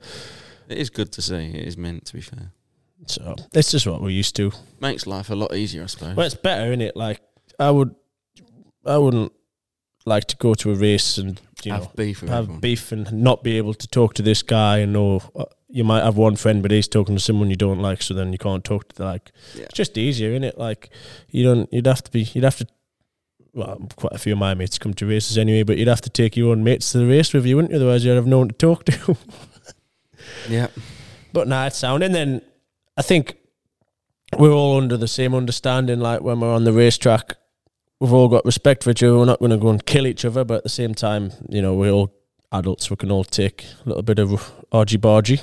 Speaker 4: it is good to see. It is meant to be fair.
Speaker 3: So it's just what we're used to.
Speaker 4: Makes life a lot easier, I suppose.
Speaker 3: Well, it's better, isn't it? Like I would, I wouldn't like to go to a race and you
Speaker 4: have
Speaker 3: know
Speaker 4: beef with
Speaker 3: have
Speaker 4: everyone.
Speaker 3: beef and not be able to talk to this guy and know uh, you might have one friend, but he's talking to someone you don't like, so then you can't talk to. Like it's just easier, isn't it? Like you don't, you'd have to be, you'd have to. Well, quite a few of my mates come to races anyway, but you'd have to take your own mates to the race with you, wouldn't you? Otherwise, you'd have no one to talk to.
Speaker 4: Yeah,
Speaker 3: But nah, it's sound. And then I think we're all under the same understanding. Like when we're on the racetrack, we've all got respect for each other. We're not going to go and kill each other, but at the same time, you know, we're all adults. We can all take a little bit of argy bargy.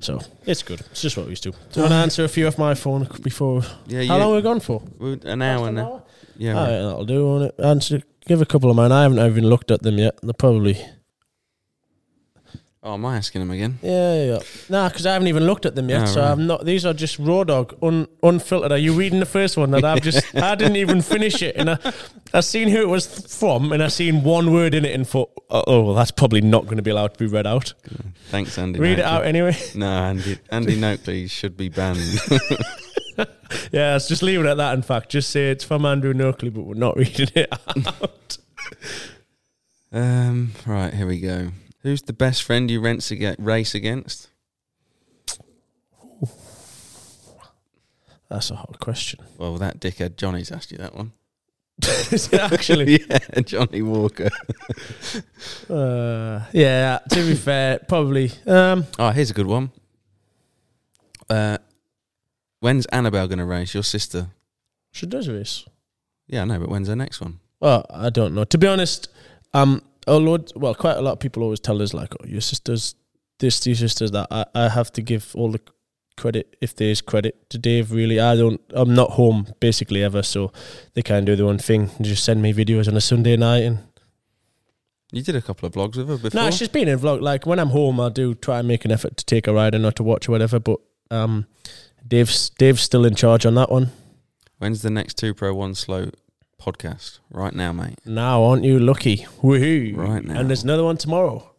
Speaker 3: So it's good. It's just what we used to. Do you want to answer a few off my phone before?
Speaker 4: yeah.
Speaker 3: How
Speaker 4: you,
Speaker 3: long are we gone for?
Speaker 4: we- An hour now. Yeah,
Speaker 3: All right, that'll do. won't it? Answer. Give a couple of mine. I haven't even looked at them yet. They're probably
Speaker 4: Oh, am I asking him again?
Speaker 3: Yeah, yeah, yeah. Nah, because I haven't even looked at them yet,
Speaker 4: Oh,
Speaker 3: so
Speaker 4: right.
Speaker 3: I'm not. These are just raw dog, un, unfiltered. Are you reading the first one that I've just? I didn't even finish it, and I, I seen who it was from, and I seen one word in it, and thought, oh, oh well, that's probably not going to be allowed to be read out.
Speaker 4: Thanks, Andy.
Speaker 3: Read it
Speaker 4: Noakley.
Speaker 3: out anyway.
Speaker 4: No, Andy. Andy Noakley should be banned.
Speaker 3: yeah, let's just leave it at that. In fact, just say it's from Andrew Noakley, but we're not reading it out.
Speaker 4: um, right here we go. Who's the best friend you rents aga race against?
Speaker 3: that's a hard question.
Speaker 4: Well, that dickhead Johnny's asked you that one.
Speaker 3: Is it actually?
Speaker 4: yeah, Johnny Walker.
Speaker 3: Uh, yeah. To be fair, probably. Um,
Speaker 4: Oh, here's a good one. Uh, when's Annabelle going to race? Your sister?
Speaker 3: she does race.
Speaker 4: Yeah, I know, but when's her next one?
Speaker 3: Well, I don't know. To be honest, um, a lot. Well, quite a lot of people always tell us like, "Oh, your sister's this thesis does that. I, I have to give all the credit, if there is credit, to Dave. Really, I don't. I'm not home basically ever, so they can do their own thing. They just send me videos on a Sunday night and
Speaker 4: You did a couple of vlogs with her before.
Speaker 3: No, she's been in vlog. Like when I'm home, I do try and make an effort to take a ride and not to watch or whatever. But um, Dave's Dave's still in charge on that one.
Speaker 4: When's the next two pro one slow podcast? Right now, mate.
Speaker 3: Now, aren't you lucky? Woohoo!
Speaker 4: Right now.
Speaker 3: and there's another one tomorrow.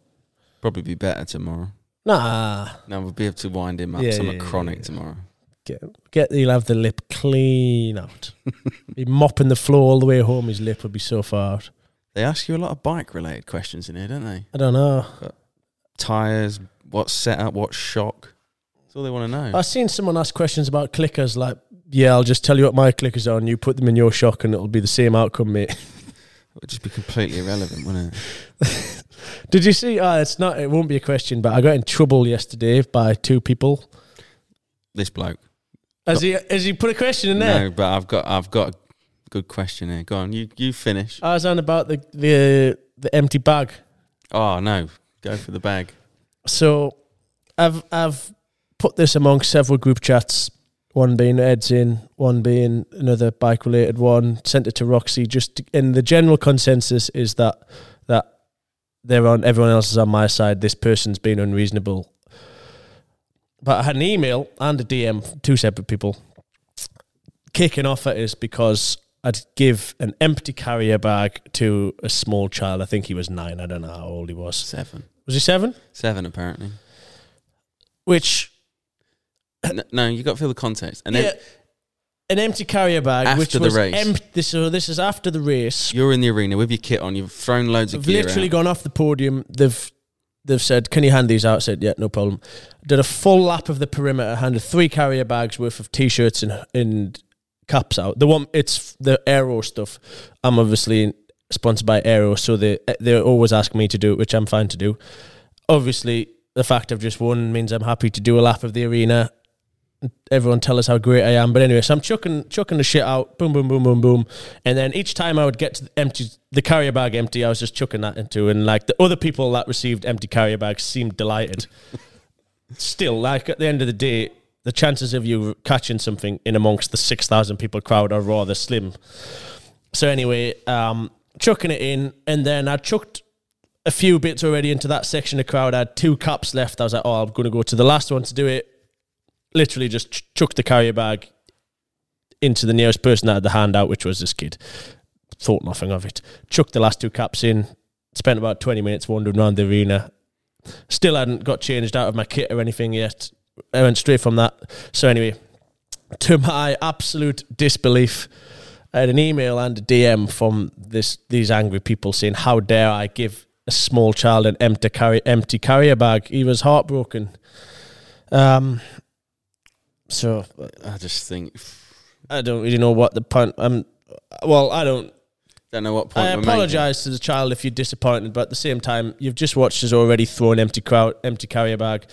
Speaker 4: Probably be better tomorrow.
Speaker 3: Nah,
Speaker 4: No, we'll be able to wind him up.
Speaker 3: Yeah,
Speaker 4: Yeah, Something
Speaker 3: yeah, yeah,
Speaker 4: chronic
Speaker 3: yeah.
Speaker 4: tomorrow.
Speaker 3: get get he'll have the lip clean out. be mopping the floor all the way home. His lip will be so far out.
Speaker 4: They ask you a lot of bike related questions in here, don't they?
Speaker 3: I don't know.
Speaker 4: Tires, what's setup, what's shock. That's all they want to know.
Speaker 3: I've seen someone ask questions about clickers. Like, yeah, I'll just tell you what my clickers are, and you put them in your shock, and it'll be the same outcome, mate.
Speaker 4: It would just be completely irrelevant, wouldn't it?
Speaker 3: Did you see? Uh, it's not. It won't be a question, but I got in trouble yesterday by two people.
Speaker 4: This bloke.
Speaker 3: Has he? Has he put a question in there?
Speaker 4: No, but I've got I've got a good question here. Go on, you you finish.
Speaker 3: I was on about the the the empty bag.
Speaker 4: Oh no, go for the bag.
Speaker 3: So, I've I've put this among several group chats. One being Ed's in, one being another bike related one. Sent it to Roxy. Just and the general consensus is that that they're on everyone else is on my side. This person's been unreasonable. But I had an email and a DM, from two separate people, kicking off at us because I'd give an empty carrier bag to a small child. I think he was nine. I don't know how old he was.
Speaker 4: Seven.
Speaker 3: Was he seven?
Speaker 4: Seven apparently.
Speaker 3: Which
Speaker 4: N- no, you got to feel the context. And
Speaker 3: yeah,
Speaker 4: then
Speaker 3: an empty carrier bag,
Speaker 4: After
Speaker 3: which
Speaker 4: the
Speaker 3: was
Speaker 4: race.
Speaker 3: empty. So this is after the race.
Speaker 4: you're in the arena with your kit on. You've thrown loads of
Speaker 3: They've
Speaker 4: gear.
Speaker 3: literally
Speaker 4: out.
Speaker 3: gone off the podium. They've they've said, "Can you hand these out?" I said, "Yeah, no problem." Did a full lap of the perimeter, handed three carrier bags worth of t-shirts and and caps out. The one it's the Aero stuff. I'm obviously sponsored by Aero, so they they always ask me to do it, which I'm fine to do. Obviously, the fact I've just won means I'm happy to do a lap of the arena. Everyone tell us how great I am, but anyway, so I'm chucking chucking the shit out, boom, boom, boom, boom, boom, and then each time I would get to the empty the carrier bag empty, I was just chucking that into, and like the other people that received empty carrier bags seemed delighted. Still, like at the end of the day, the chances of you catching something in amongst the six thousand people crowd are rather slim. So anyway, um, chucking it in, and then I chucked a few bits already into that section of crowd. I had two caps left. I was like, oh, I'm going to go to the last one to do it. Literally just ch- chucked the carrier bag into the nearest person that had the hand out, which was this kid. Thought nothing of it. Chucked the last two caps in. Spent about 20 minutes wandering around the arena. Still hadn't got changed out of my kit or anything yet. I went straight from that. So anyway, to my absolute disbelief, I had an email and a DM from this these angry people saying, "How dare I give a small child an empty carry empty carrier bag?" He was heartbroken. Um, so
Speaker 4: I just think
Speaker 3: I don't really know what the point. Um, well, I don't.
Speaker 4: don't know what point.
Speaker 3: I
Speaker 4: we're
Speaker 3: apologise to the child if you're disappointed, but at the same time, you've just watched us already throw an empty crowd, empty carrier bag.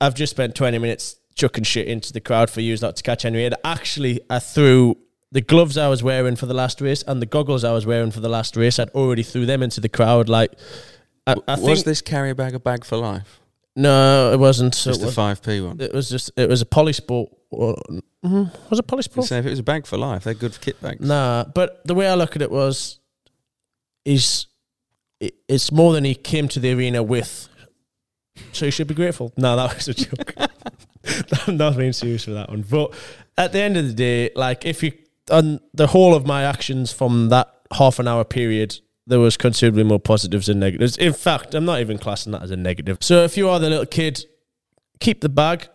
Speaker 3: I've just spent 20 minutes chucking shit into the crowd for you not to catch any. And actually, I threw the gloves I was wearing for the last race and the goggles I was wearing for the last race. I'd already threw them into the crowd. Like, I, I
Speaker 4: Making. Was
Speaker 3: think
Speaker 4: this carrier bag a bag for life?
Speaker 3: no, it wasn't. So
Speaker 4: Just
Speaker 3: it,
Speaker 4: the
Speaker 3: was,
Speaker 4: five p one.
Speaker 3: it was just it was a polysport. Or, mhm,
Speaker 4: Mm-hmm.
Speaker 3: was it polysport?
Speaker 4: So if it was a bag for life, they're good for kit bags.
Speaker 3: Nah, but the way I look at it was, is it, it's more than he came to the arena with, so he should be grateful. No, that was a joke. I'm not being serious with that one. But at the end of the day, like if you on the whole of my actions from that half an hour period, there was considerably more positives than negatives. In fact, I'm not even classing that as a negative. So if you are the little kid, keep the bag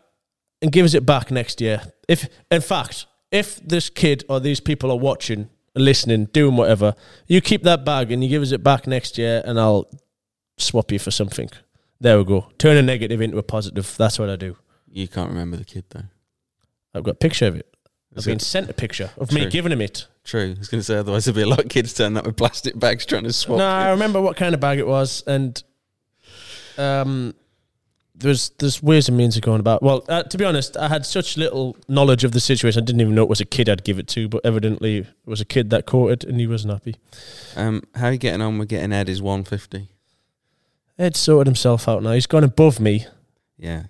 Speaker 3: and give us it back next year. If in fact, if this kid or these people are watching, listening, doing whatever, you keep that bag and you give us it back next year, and I'll swap you for something. There we go. Turn a negative into a positive. That's what I do.
Speaker 4: You can't remember the kid though.
Speaker 3: I've got a picture of it. I've
Speaker 4: Is
Speaker 3: been
Speaker 4: it-
Speaker 3: sent a picture of me
Speaker 4: True.
Speaker 3: giving him it.
Speaker 4: True. I was going to say otherwise there'd be a lot of kids turning up with plastic bags trying to swap.
Speaker 3: no, I
Speaker 4: it.
Speaker 3: remember what kind of bag it was, and um, there's there's ways and means of going about. Well, uh, to be honest, I had such little knowledge of the situation. I didn't even know it was a kid I'd give it to, but evidently it was a kid that caught it, and he wasn't happy.
Speaker 4: Um, how are you getting on with getting Ed is one fifty?
Speaker 3: Ed sorted himself out now. He's gone above me
Speaker 4: yeah,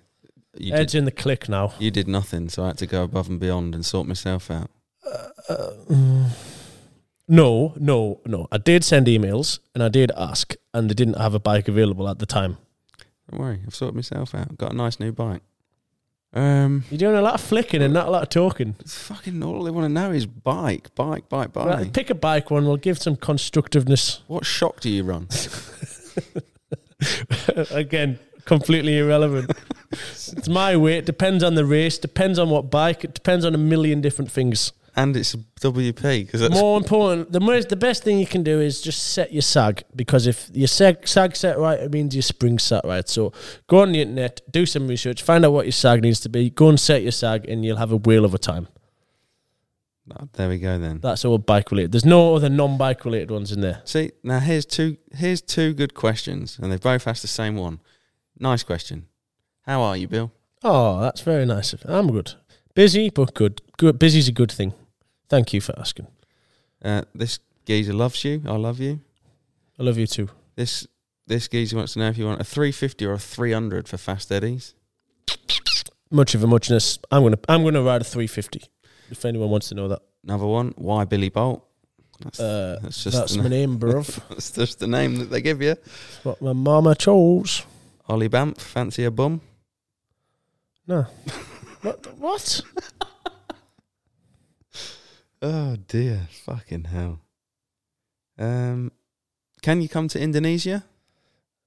Speaker 4: you
Speaker 3: Ed's
Speaker 4: did,
Speaker 3: in the click now.
Speaker 4: you did nothing, so I had to go above and beyond and sort myself out.
Speaker 3: No, no, no. I did send emails and I did ask, and they didn't have a bike available at the time.
Speaker 4: Don't worry, I've sorted myself out. Got a nice new bike. Um,
Speaker 3: You're doing a lot of flicking and not a lot of talking.
Speaker 4: it's fucking all they want to know is bike, bike, bike, bike.
Speaker 3: Right, pick a bike one. We'll give some constructiveness.
Speaker 4: What shock do you run?
Speaker 3: Again, completely irrelevant. it's my weight. Depends on the race. Depends on what bike. It depends on a million different things.
Speaker 4: and it's a WP because that's
Speaker 3: More important, the most, the best thing you can do is just set your sag because if your sag, sag set right, it means your spring set right. So go on the internet, do some research, find out what your sag needs to be. Go and set your sag, and you'll have a wheel of a time.
Speaker 4: Oh, there we go then.
Speaker 3: That's all bike related. There's no other non-bike related ones in there.
Speaker 4: See now here's two here's two good questions, and they both asked the same one. Nice question. How are you, Bill?
Speaker 3: Oh, that's very nice. of- I'm good. Busy, but good. Good. Busy's a good thing. Thank you for asking.
Speaker 4: Uh, this geezer loves you. I love you.
Speaker 3: I love you too.
Speaker 4: This this geezer wants to know if you want a 350 or a 300 for fast eddies.
Speaker 3: Much of a muchness. I'm gonna I'm gonna ride a 350. If anyone wants to know that,
Speaker 4: Another one. Why Billy Bolt? That's,
Speaker 3: uh,
Speaker 4: that's
Speaker 3: that's,
Speaker 4: just the
Speaker 3: my
Speaker 4: name.
Speaker 3: name, bruv.
Speaker 4: That's just the name that they give you.
Speaker 3: what my mama chose.
Speaker 4: Ollie Bamp, fancy a bum.
Speaker 3: No. what? What?
Speaker 4: Oh dear, fucking hell. Um, can you come to Indonesia?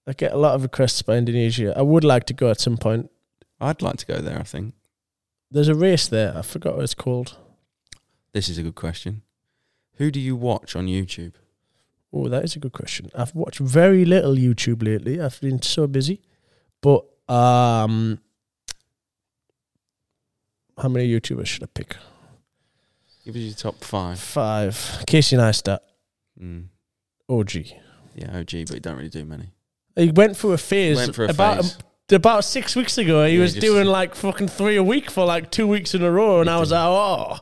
Speaker 3: I get a lot of requests by Indonesia. I would like to go at some point.
Speaker 4: I'd like to go there. I think.
Speaker 3: There's a race there. I forgot what it's called.
Speaker 4: This is a good question. Who do you watch on YouTube?
Speaker 3: Oh, that is a good question. I've watched very little YouTube lately. I've been so busy. But um how many YouTubers should I pick?
Speaker 4: Give us your top five.
Speaker 3: Five. Casey Neistat,
Speaker 4: Mm.
Speaker 3: OG.
Speaker 4: Yeah, OG, but you don't really do many.
Speaker 3: He went through a phase
Speaker 4: Went for a
Speaker 3: about
Speaker 4: phase.
Speaker 3: about six weeks ago. He
Speaker 4: Yeah,
Speaker 3: was
Speaker 4: just-
Speaker 3: doing like fucking three a week for like two weeks in a row, and I was like, oh.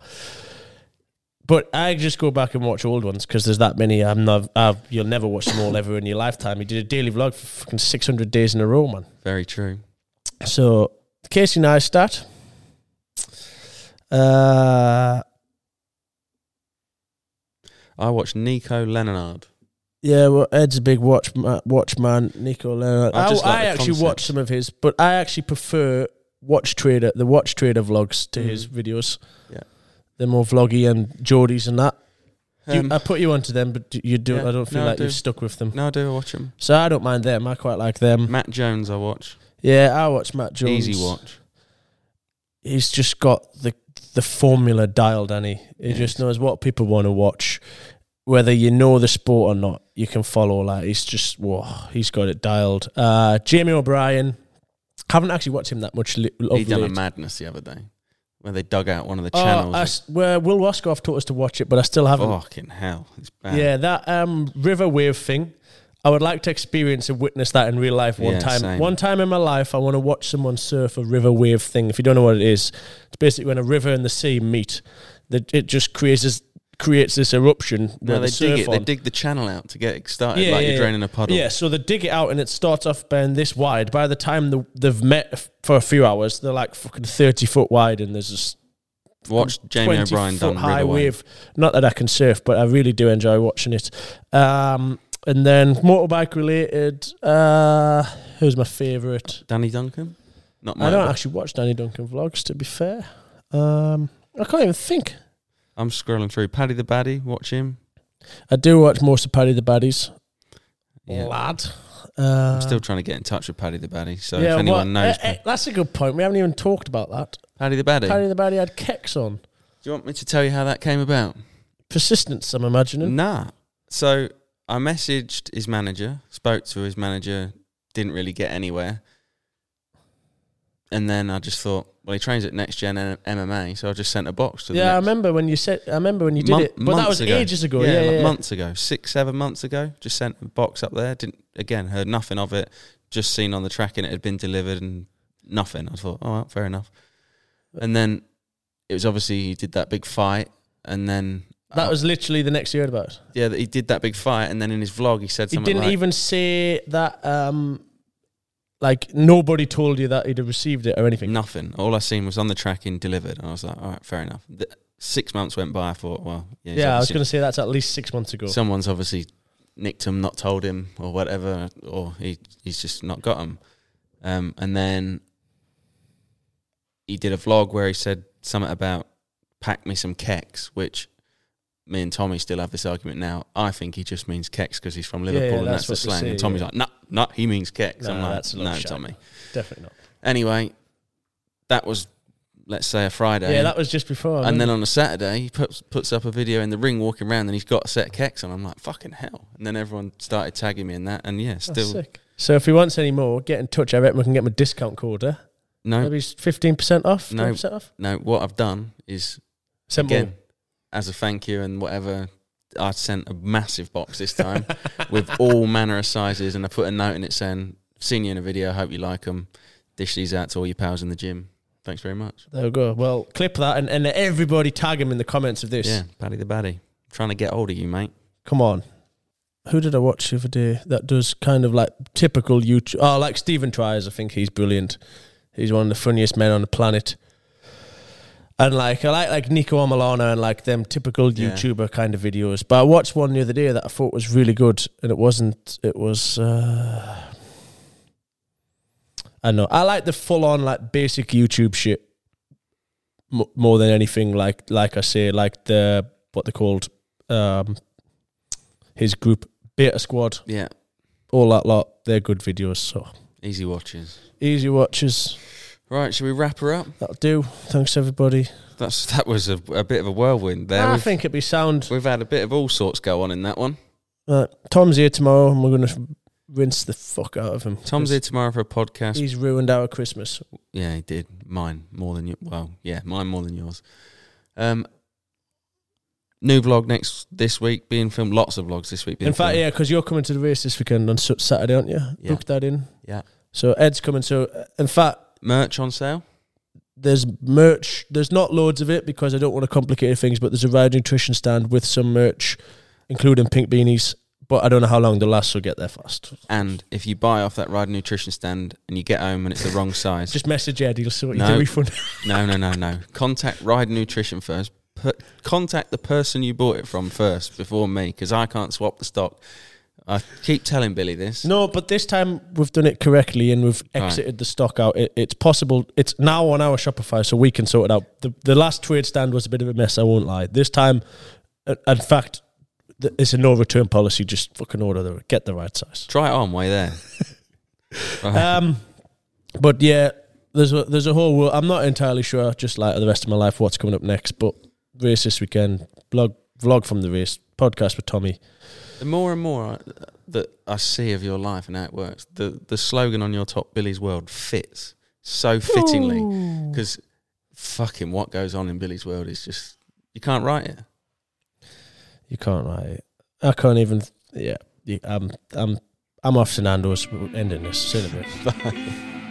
Speaker 3: But I just go back and watch old ones because there's that many. I'm not. I've, you'll never watch them all ever in your lifetime. He did a daily vlog for fucking 600 days in a row, man.
Speaker 4: Very true.
Speaker 3: So Casey Neistat. Uh,
Speaker 4: I watch Nico Leninard.
Speaker 3: yeah, well, Ed's a big watch ma- watchman. Nico Leonard.
Speaker 4: I
Speaker 3: I,
Speaker 4: just like
Speaker 3: I
Speaker 4: the
Speaker 3: actually
Speaker 4: concept.
Speaker 3: watch some of his, but I actually prefer Watch Trader, the Watch Trader vlogs to his videos.
Speaker 4: Mm. Yeah.
Speaker 3: They're more vloggy and Geordies and that. You- uh,
Speaker 4: Um,
Speaker 3: I put you onto them, but you do.
Speaker 4: yeah,
Speaker 3: I don't feel
Speaker 4: no, I
Speaker 3: like
Speaker 4: do.
Speaker 3: you've stuck with them.
Speaker 4: no, I do watch him.
Speaker 3: So I don't mind them. I quite like them.
Speaker 4: Matt Jones, I watch.
Speaker 3: Yeah, I watch Matt Jones.
Speaker 4: Easy watch.
Speaker 3: he's just got the the formula dialed, and he he
Speaker 4: Yes.
Speaker 3: just knows what people want to watch, whether you know the sport or not. You can follow like he's just whoa, he's got it dialed. Uh, Jamie O'Brien, haven't actually watched him that much. Li- of
Speaker 4: He done a
Speaker 3: late.
Speaker 4: madness the other day where they dug out one of the
Speaker 3: Oh,
Speaker 4: channels. eh? Oh.
Speaker 3: I s- where Will Waskoff taught us to watch it, but I still haven't.
Speaker 4: Fucking hell, it's bad.
Speaker 3: Yeah, that um, river wave thing. I would like to experience and witness that in real life one
Speaker 4: Yeah,
Speaker 3: time.
Speaker 4: same.
Speaker 3: One time in my life, I want to watch someone surf a river wave thing. If you don't know what it is, it's basically when a river and the sea meet. That it just creates this, creates this eruption where
Speaker 4: No, they
Speaker 3: they surf
Speaker 4: dig it.
Speaker 3: on.
Speaker 4: They dig the channel out to get it started, like you're draining a puddle.
Speaker 3: Yeah, so they dig it out and it starts off being this wide. By the time the, they've met f- for a few hours, they're like fucking thirty foot wide, and there's this
Speaker 4: Watch Jamie
Speaker 3: 20
Speaker 4: O'Brien
Speaker 3: foot
Speaker 4: done
Speaker 3: high
Speaker 4: River Wave.
Speaker 3: wave. Not that I can surf, but I really do enjoy watching it. Um, and then motorbike related. Uh, who's my favourite?
Speaker 4: Danny Duncan. Not
Speaker 3: I don't
Speaker 4: my.
Speaker 3: actually watch Danny Duncan vlogs. To be fair, um, I can't even think.
Speaker 4: I'm scrolling through. Paddy the Baddie. Watch him.
Speaker 3: I do watch most of Paddy the Baddies.
Speaker 4: Yeah.
Speaker 3: Lad. Uh,
Speaker 4: I'm still trying to get in touch with Paddy the Baddie. So
Speaker 3: yeah,
Speaker 4: if anyone
Speaker 3: what-
Speaker 4: knows
Speaker 3: eh, eh, that's a good point. We haven't even talked about that.
Speaker 4: Paddy the Baddie,
Speaker 3: Paddy the Baddie had kecks on.
Speaker 4: do you want me to tell you how that came about?
Speaker 3: Persistence, I'm imagining.
Speaker 4: Nah. So I messaged his manager, spoke to his manager, didn't really get anywhere. And then I just thought, well, he trains at Next Gen M- MMA, so I just sent a box to the
Speaker 3: Yeah, I
Speaker 4: next-
Speaker 3: remember when you said. I remember when you did
Speaker 4: Mon-
Speaker 3: it, but that
Speaker 4: months
Speaker 3: was ages ago. Yeah,
Speaker 4: like
Speaker 3: yeah, yeah.
Speaker 4: months ago, six, seven months ago. Just sent a box up there. Didn't again heard nothing of it. Just seen on the tracking it had been delivered and nothing. I thought, oh, well, fair enough. And then it was obviously he did that big fight, and then
Speaker 3: That was literally the next you heard about. it.
Speaker 4: yeah, he did that big fight, and then in his vlog he said
Speaker 3: He
Speaker 4: something
Speaker 3: didn't
Speaker 4: like,
Speaker 3: even say that um, Like nobody told you that he'd have received it or anything.
Speaker 4: Nothing. All I seen was on the tracking delivered, and I was like, all right, fair enough. Th six months went by. I thought, well, yeah, he's
Speaker 3: yeah, I was
Speaker 4: obviously-
Speaker 3: going to say that's at least six months ago.
Speaker 4: someone's obviously nicked him, not told him, or whatever, or he he's just not got him. Um, and then he did a vlog where he said something about pack me some keks, which me and Tommy still have this argument now. I think he just means keks because he's from
Speaker 3: Yeah,
Speaker 4: Liverpool
Speaker 3: yeah,
Speaker 4: and
Speaker 3: that's
Speaker 4: that's, the
Speaker 3: what they
Speaker 4: slang.
Speaker 3: say,
Speaker 4: and Tommy's
Speaker 3: yeah.
Speaker 4: like, no, nah, nah, he means keks.
Speaker 3: Nah,
Speaker 4: I'm like,
Speaker 3: that's a lot
Speaker 4: no,
Speaker 3: of shite."
Speaker 4: Tommy.
Speaker 3: Definitely not.
Speaker 4: Anyway, that was let's say a Friday.
Speaker 3: Oh, Yeah, that was just before. I
Speaker 4: um, And
Speaker 3: remember.
Speaker 4: then on a Saturday, he puts puts up a video in the ring walking around, and he's got a set of keks on. I'm like, fucking hell! And then everyone started tagging me in that, and yeah,
Speaker 3: That's
Speaker 4: still
Speaker 3: sick. So if he wants any more, get in touch. I reckon we can get him a discount code. Eh?
Speaker 4: no,
Speaker 3: Maybe fifteen percent off.
Speaker 4: No.
Speaker 3: No percent off.
Speaker 4: no. What I've done is
Speaker 3: Simple.
Speaker 4: again, as a thank you and whatever, I sent a massive box this time with all manner of sizes, and I put a note in it saying, "Seen you in a video. Hope you like them. Dish these out to all your pals in the gym. Thanks very much."
Speaker 3: There we go. Well, clip that and, and everybody tag him in the comments of this.
Speaker 4: Yeah, Paddy the Baddy, trying to get hold of you, mate.
Speaker 3: Come on. Who did I watch the other day that does kind of like typical YouTube? Oh, like Stephen Tries. I think he's brilliant. He's one of the funniest men on the planet. And like I like like Nico Amalana and like them typical
Speaker 4: Yeah.
Speaker 3: YouTuber kind of videos. But I watched one the other day that I thought was really good, and it wasn't. It was. Uh, I know. I like the full on like basic YouTube shit mo more than anything. Like like I say, like the what they called um, his group Beta Squad,
Speaker 4: Yeah,
Speaker 3: all that lot. They're good videos. So
Speaker 4: easy watches.
Speaker 3: easy watches.
Speaker 4: Right, should we wrap her up?
Speaker 3: That'll do. Thanks everybody.
Speaker 4: That's that was a, a bit of a whirlwind there.
Speaker 3: I
Speaker 4: We've-
Speaker 3: think it'd be sound.
Speaker 4: We've had a bit of all sorts go on in that one.
Speaker 3: Uh, Tom's here tomorrow, and we're gonna f- rinse the fuck out of him.
Speaker 4: Tom's here tomorrow for a podcast.
Speaker 3: He's ruined our Christmas.
Speaker 4: yeah, he did. Mine more than you. Well, yeah, mine more than yours. Um, new vlog next this week being filmed. Lots of vlogs this week. Being
Speaker 3: In fact,
Speaker 4: filmed.
Speaker 3: yeah, because you're coming to the race this weekend on Su- Saturday, aren't you?
Speaker 4: Yeah.
Speaker 3: Book that in.
Speaker 4: yeah.
Speaker 3: So Ed's coming. So uh, in fact,
Speaker 4: Merch on sale.
Speaker 3: there's merch. There's not loads of it because I don't want to complicate things, but there's a ride nutrition stand with some merch, including pink beanies. But I don't know how long they'll last, so get there fast.
Speaker 4: And if you buy off that Ride Nutrition stand and you get home and it's the wrong size,
Speaker 3: Just message Ed, he'll sort you
Speaker 4: No.
Speaker 3: the refund.
Speaker 4: no, no, no, no. Contact Ride Nutrition first. Put, contact the person you bought it from first before me because I can't swap the stock. I keep telling Billy this.
Speaker 3: no, but this time we've done it correctly and we've
Speaker 4: Right.
Speaker 3: exited the stock out. It, it's possible. It's now on our Shopify, so we can sort it out. The, the last trade stand was a bit of a mess, I won't lie. This time, uh, in fact, th- it's a no return policy. Just fucking order the get the right size.
Speaker 4: Try it on way there.
Speaker 3: Um, but yeah, there's a, there's a whole world. I'm not entirely sure, just like the rest of my life, what's coming up next. But race this weekend, vlog vlog from the race, podcast with Tommy.
Speaker 4: The more and more I, that I see of your life and how it works, the the slogan on your top Billy's World fits so fittingly because fucking what goes on in Billy's World is just you can't write it.
Speaker 3: You can't write it. I can't even. Yeah, you- I'm I'm I'm off to Nando's. We're ending this. See you in a bit.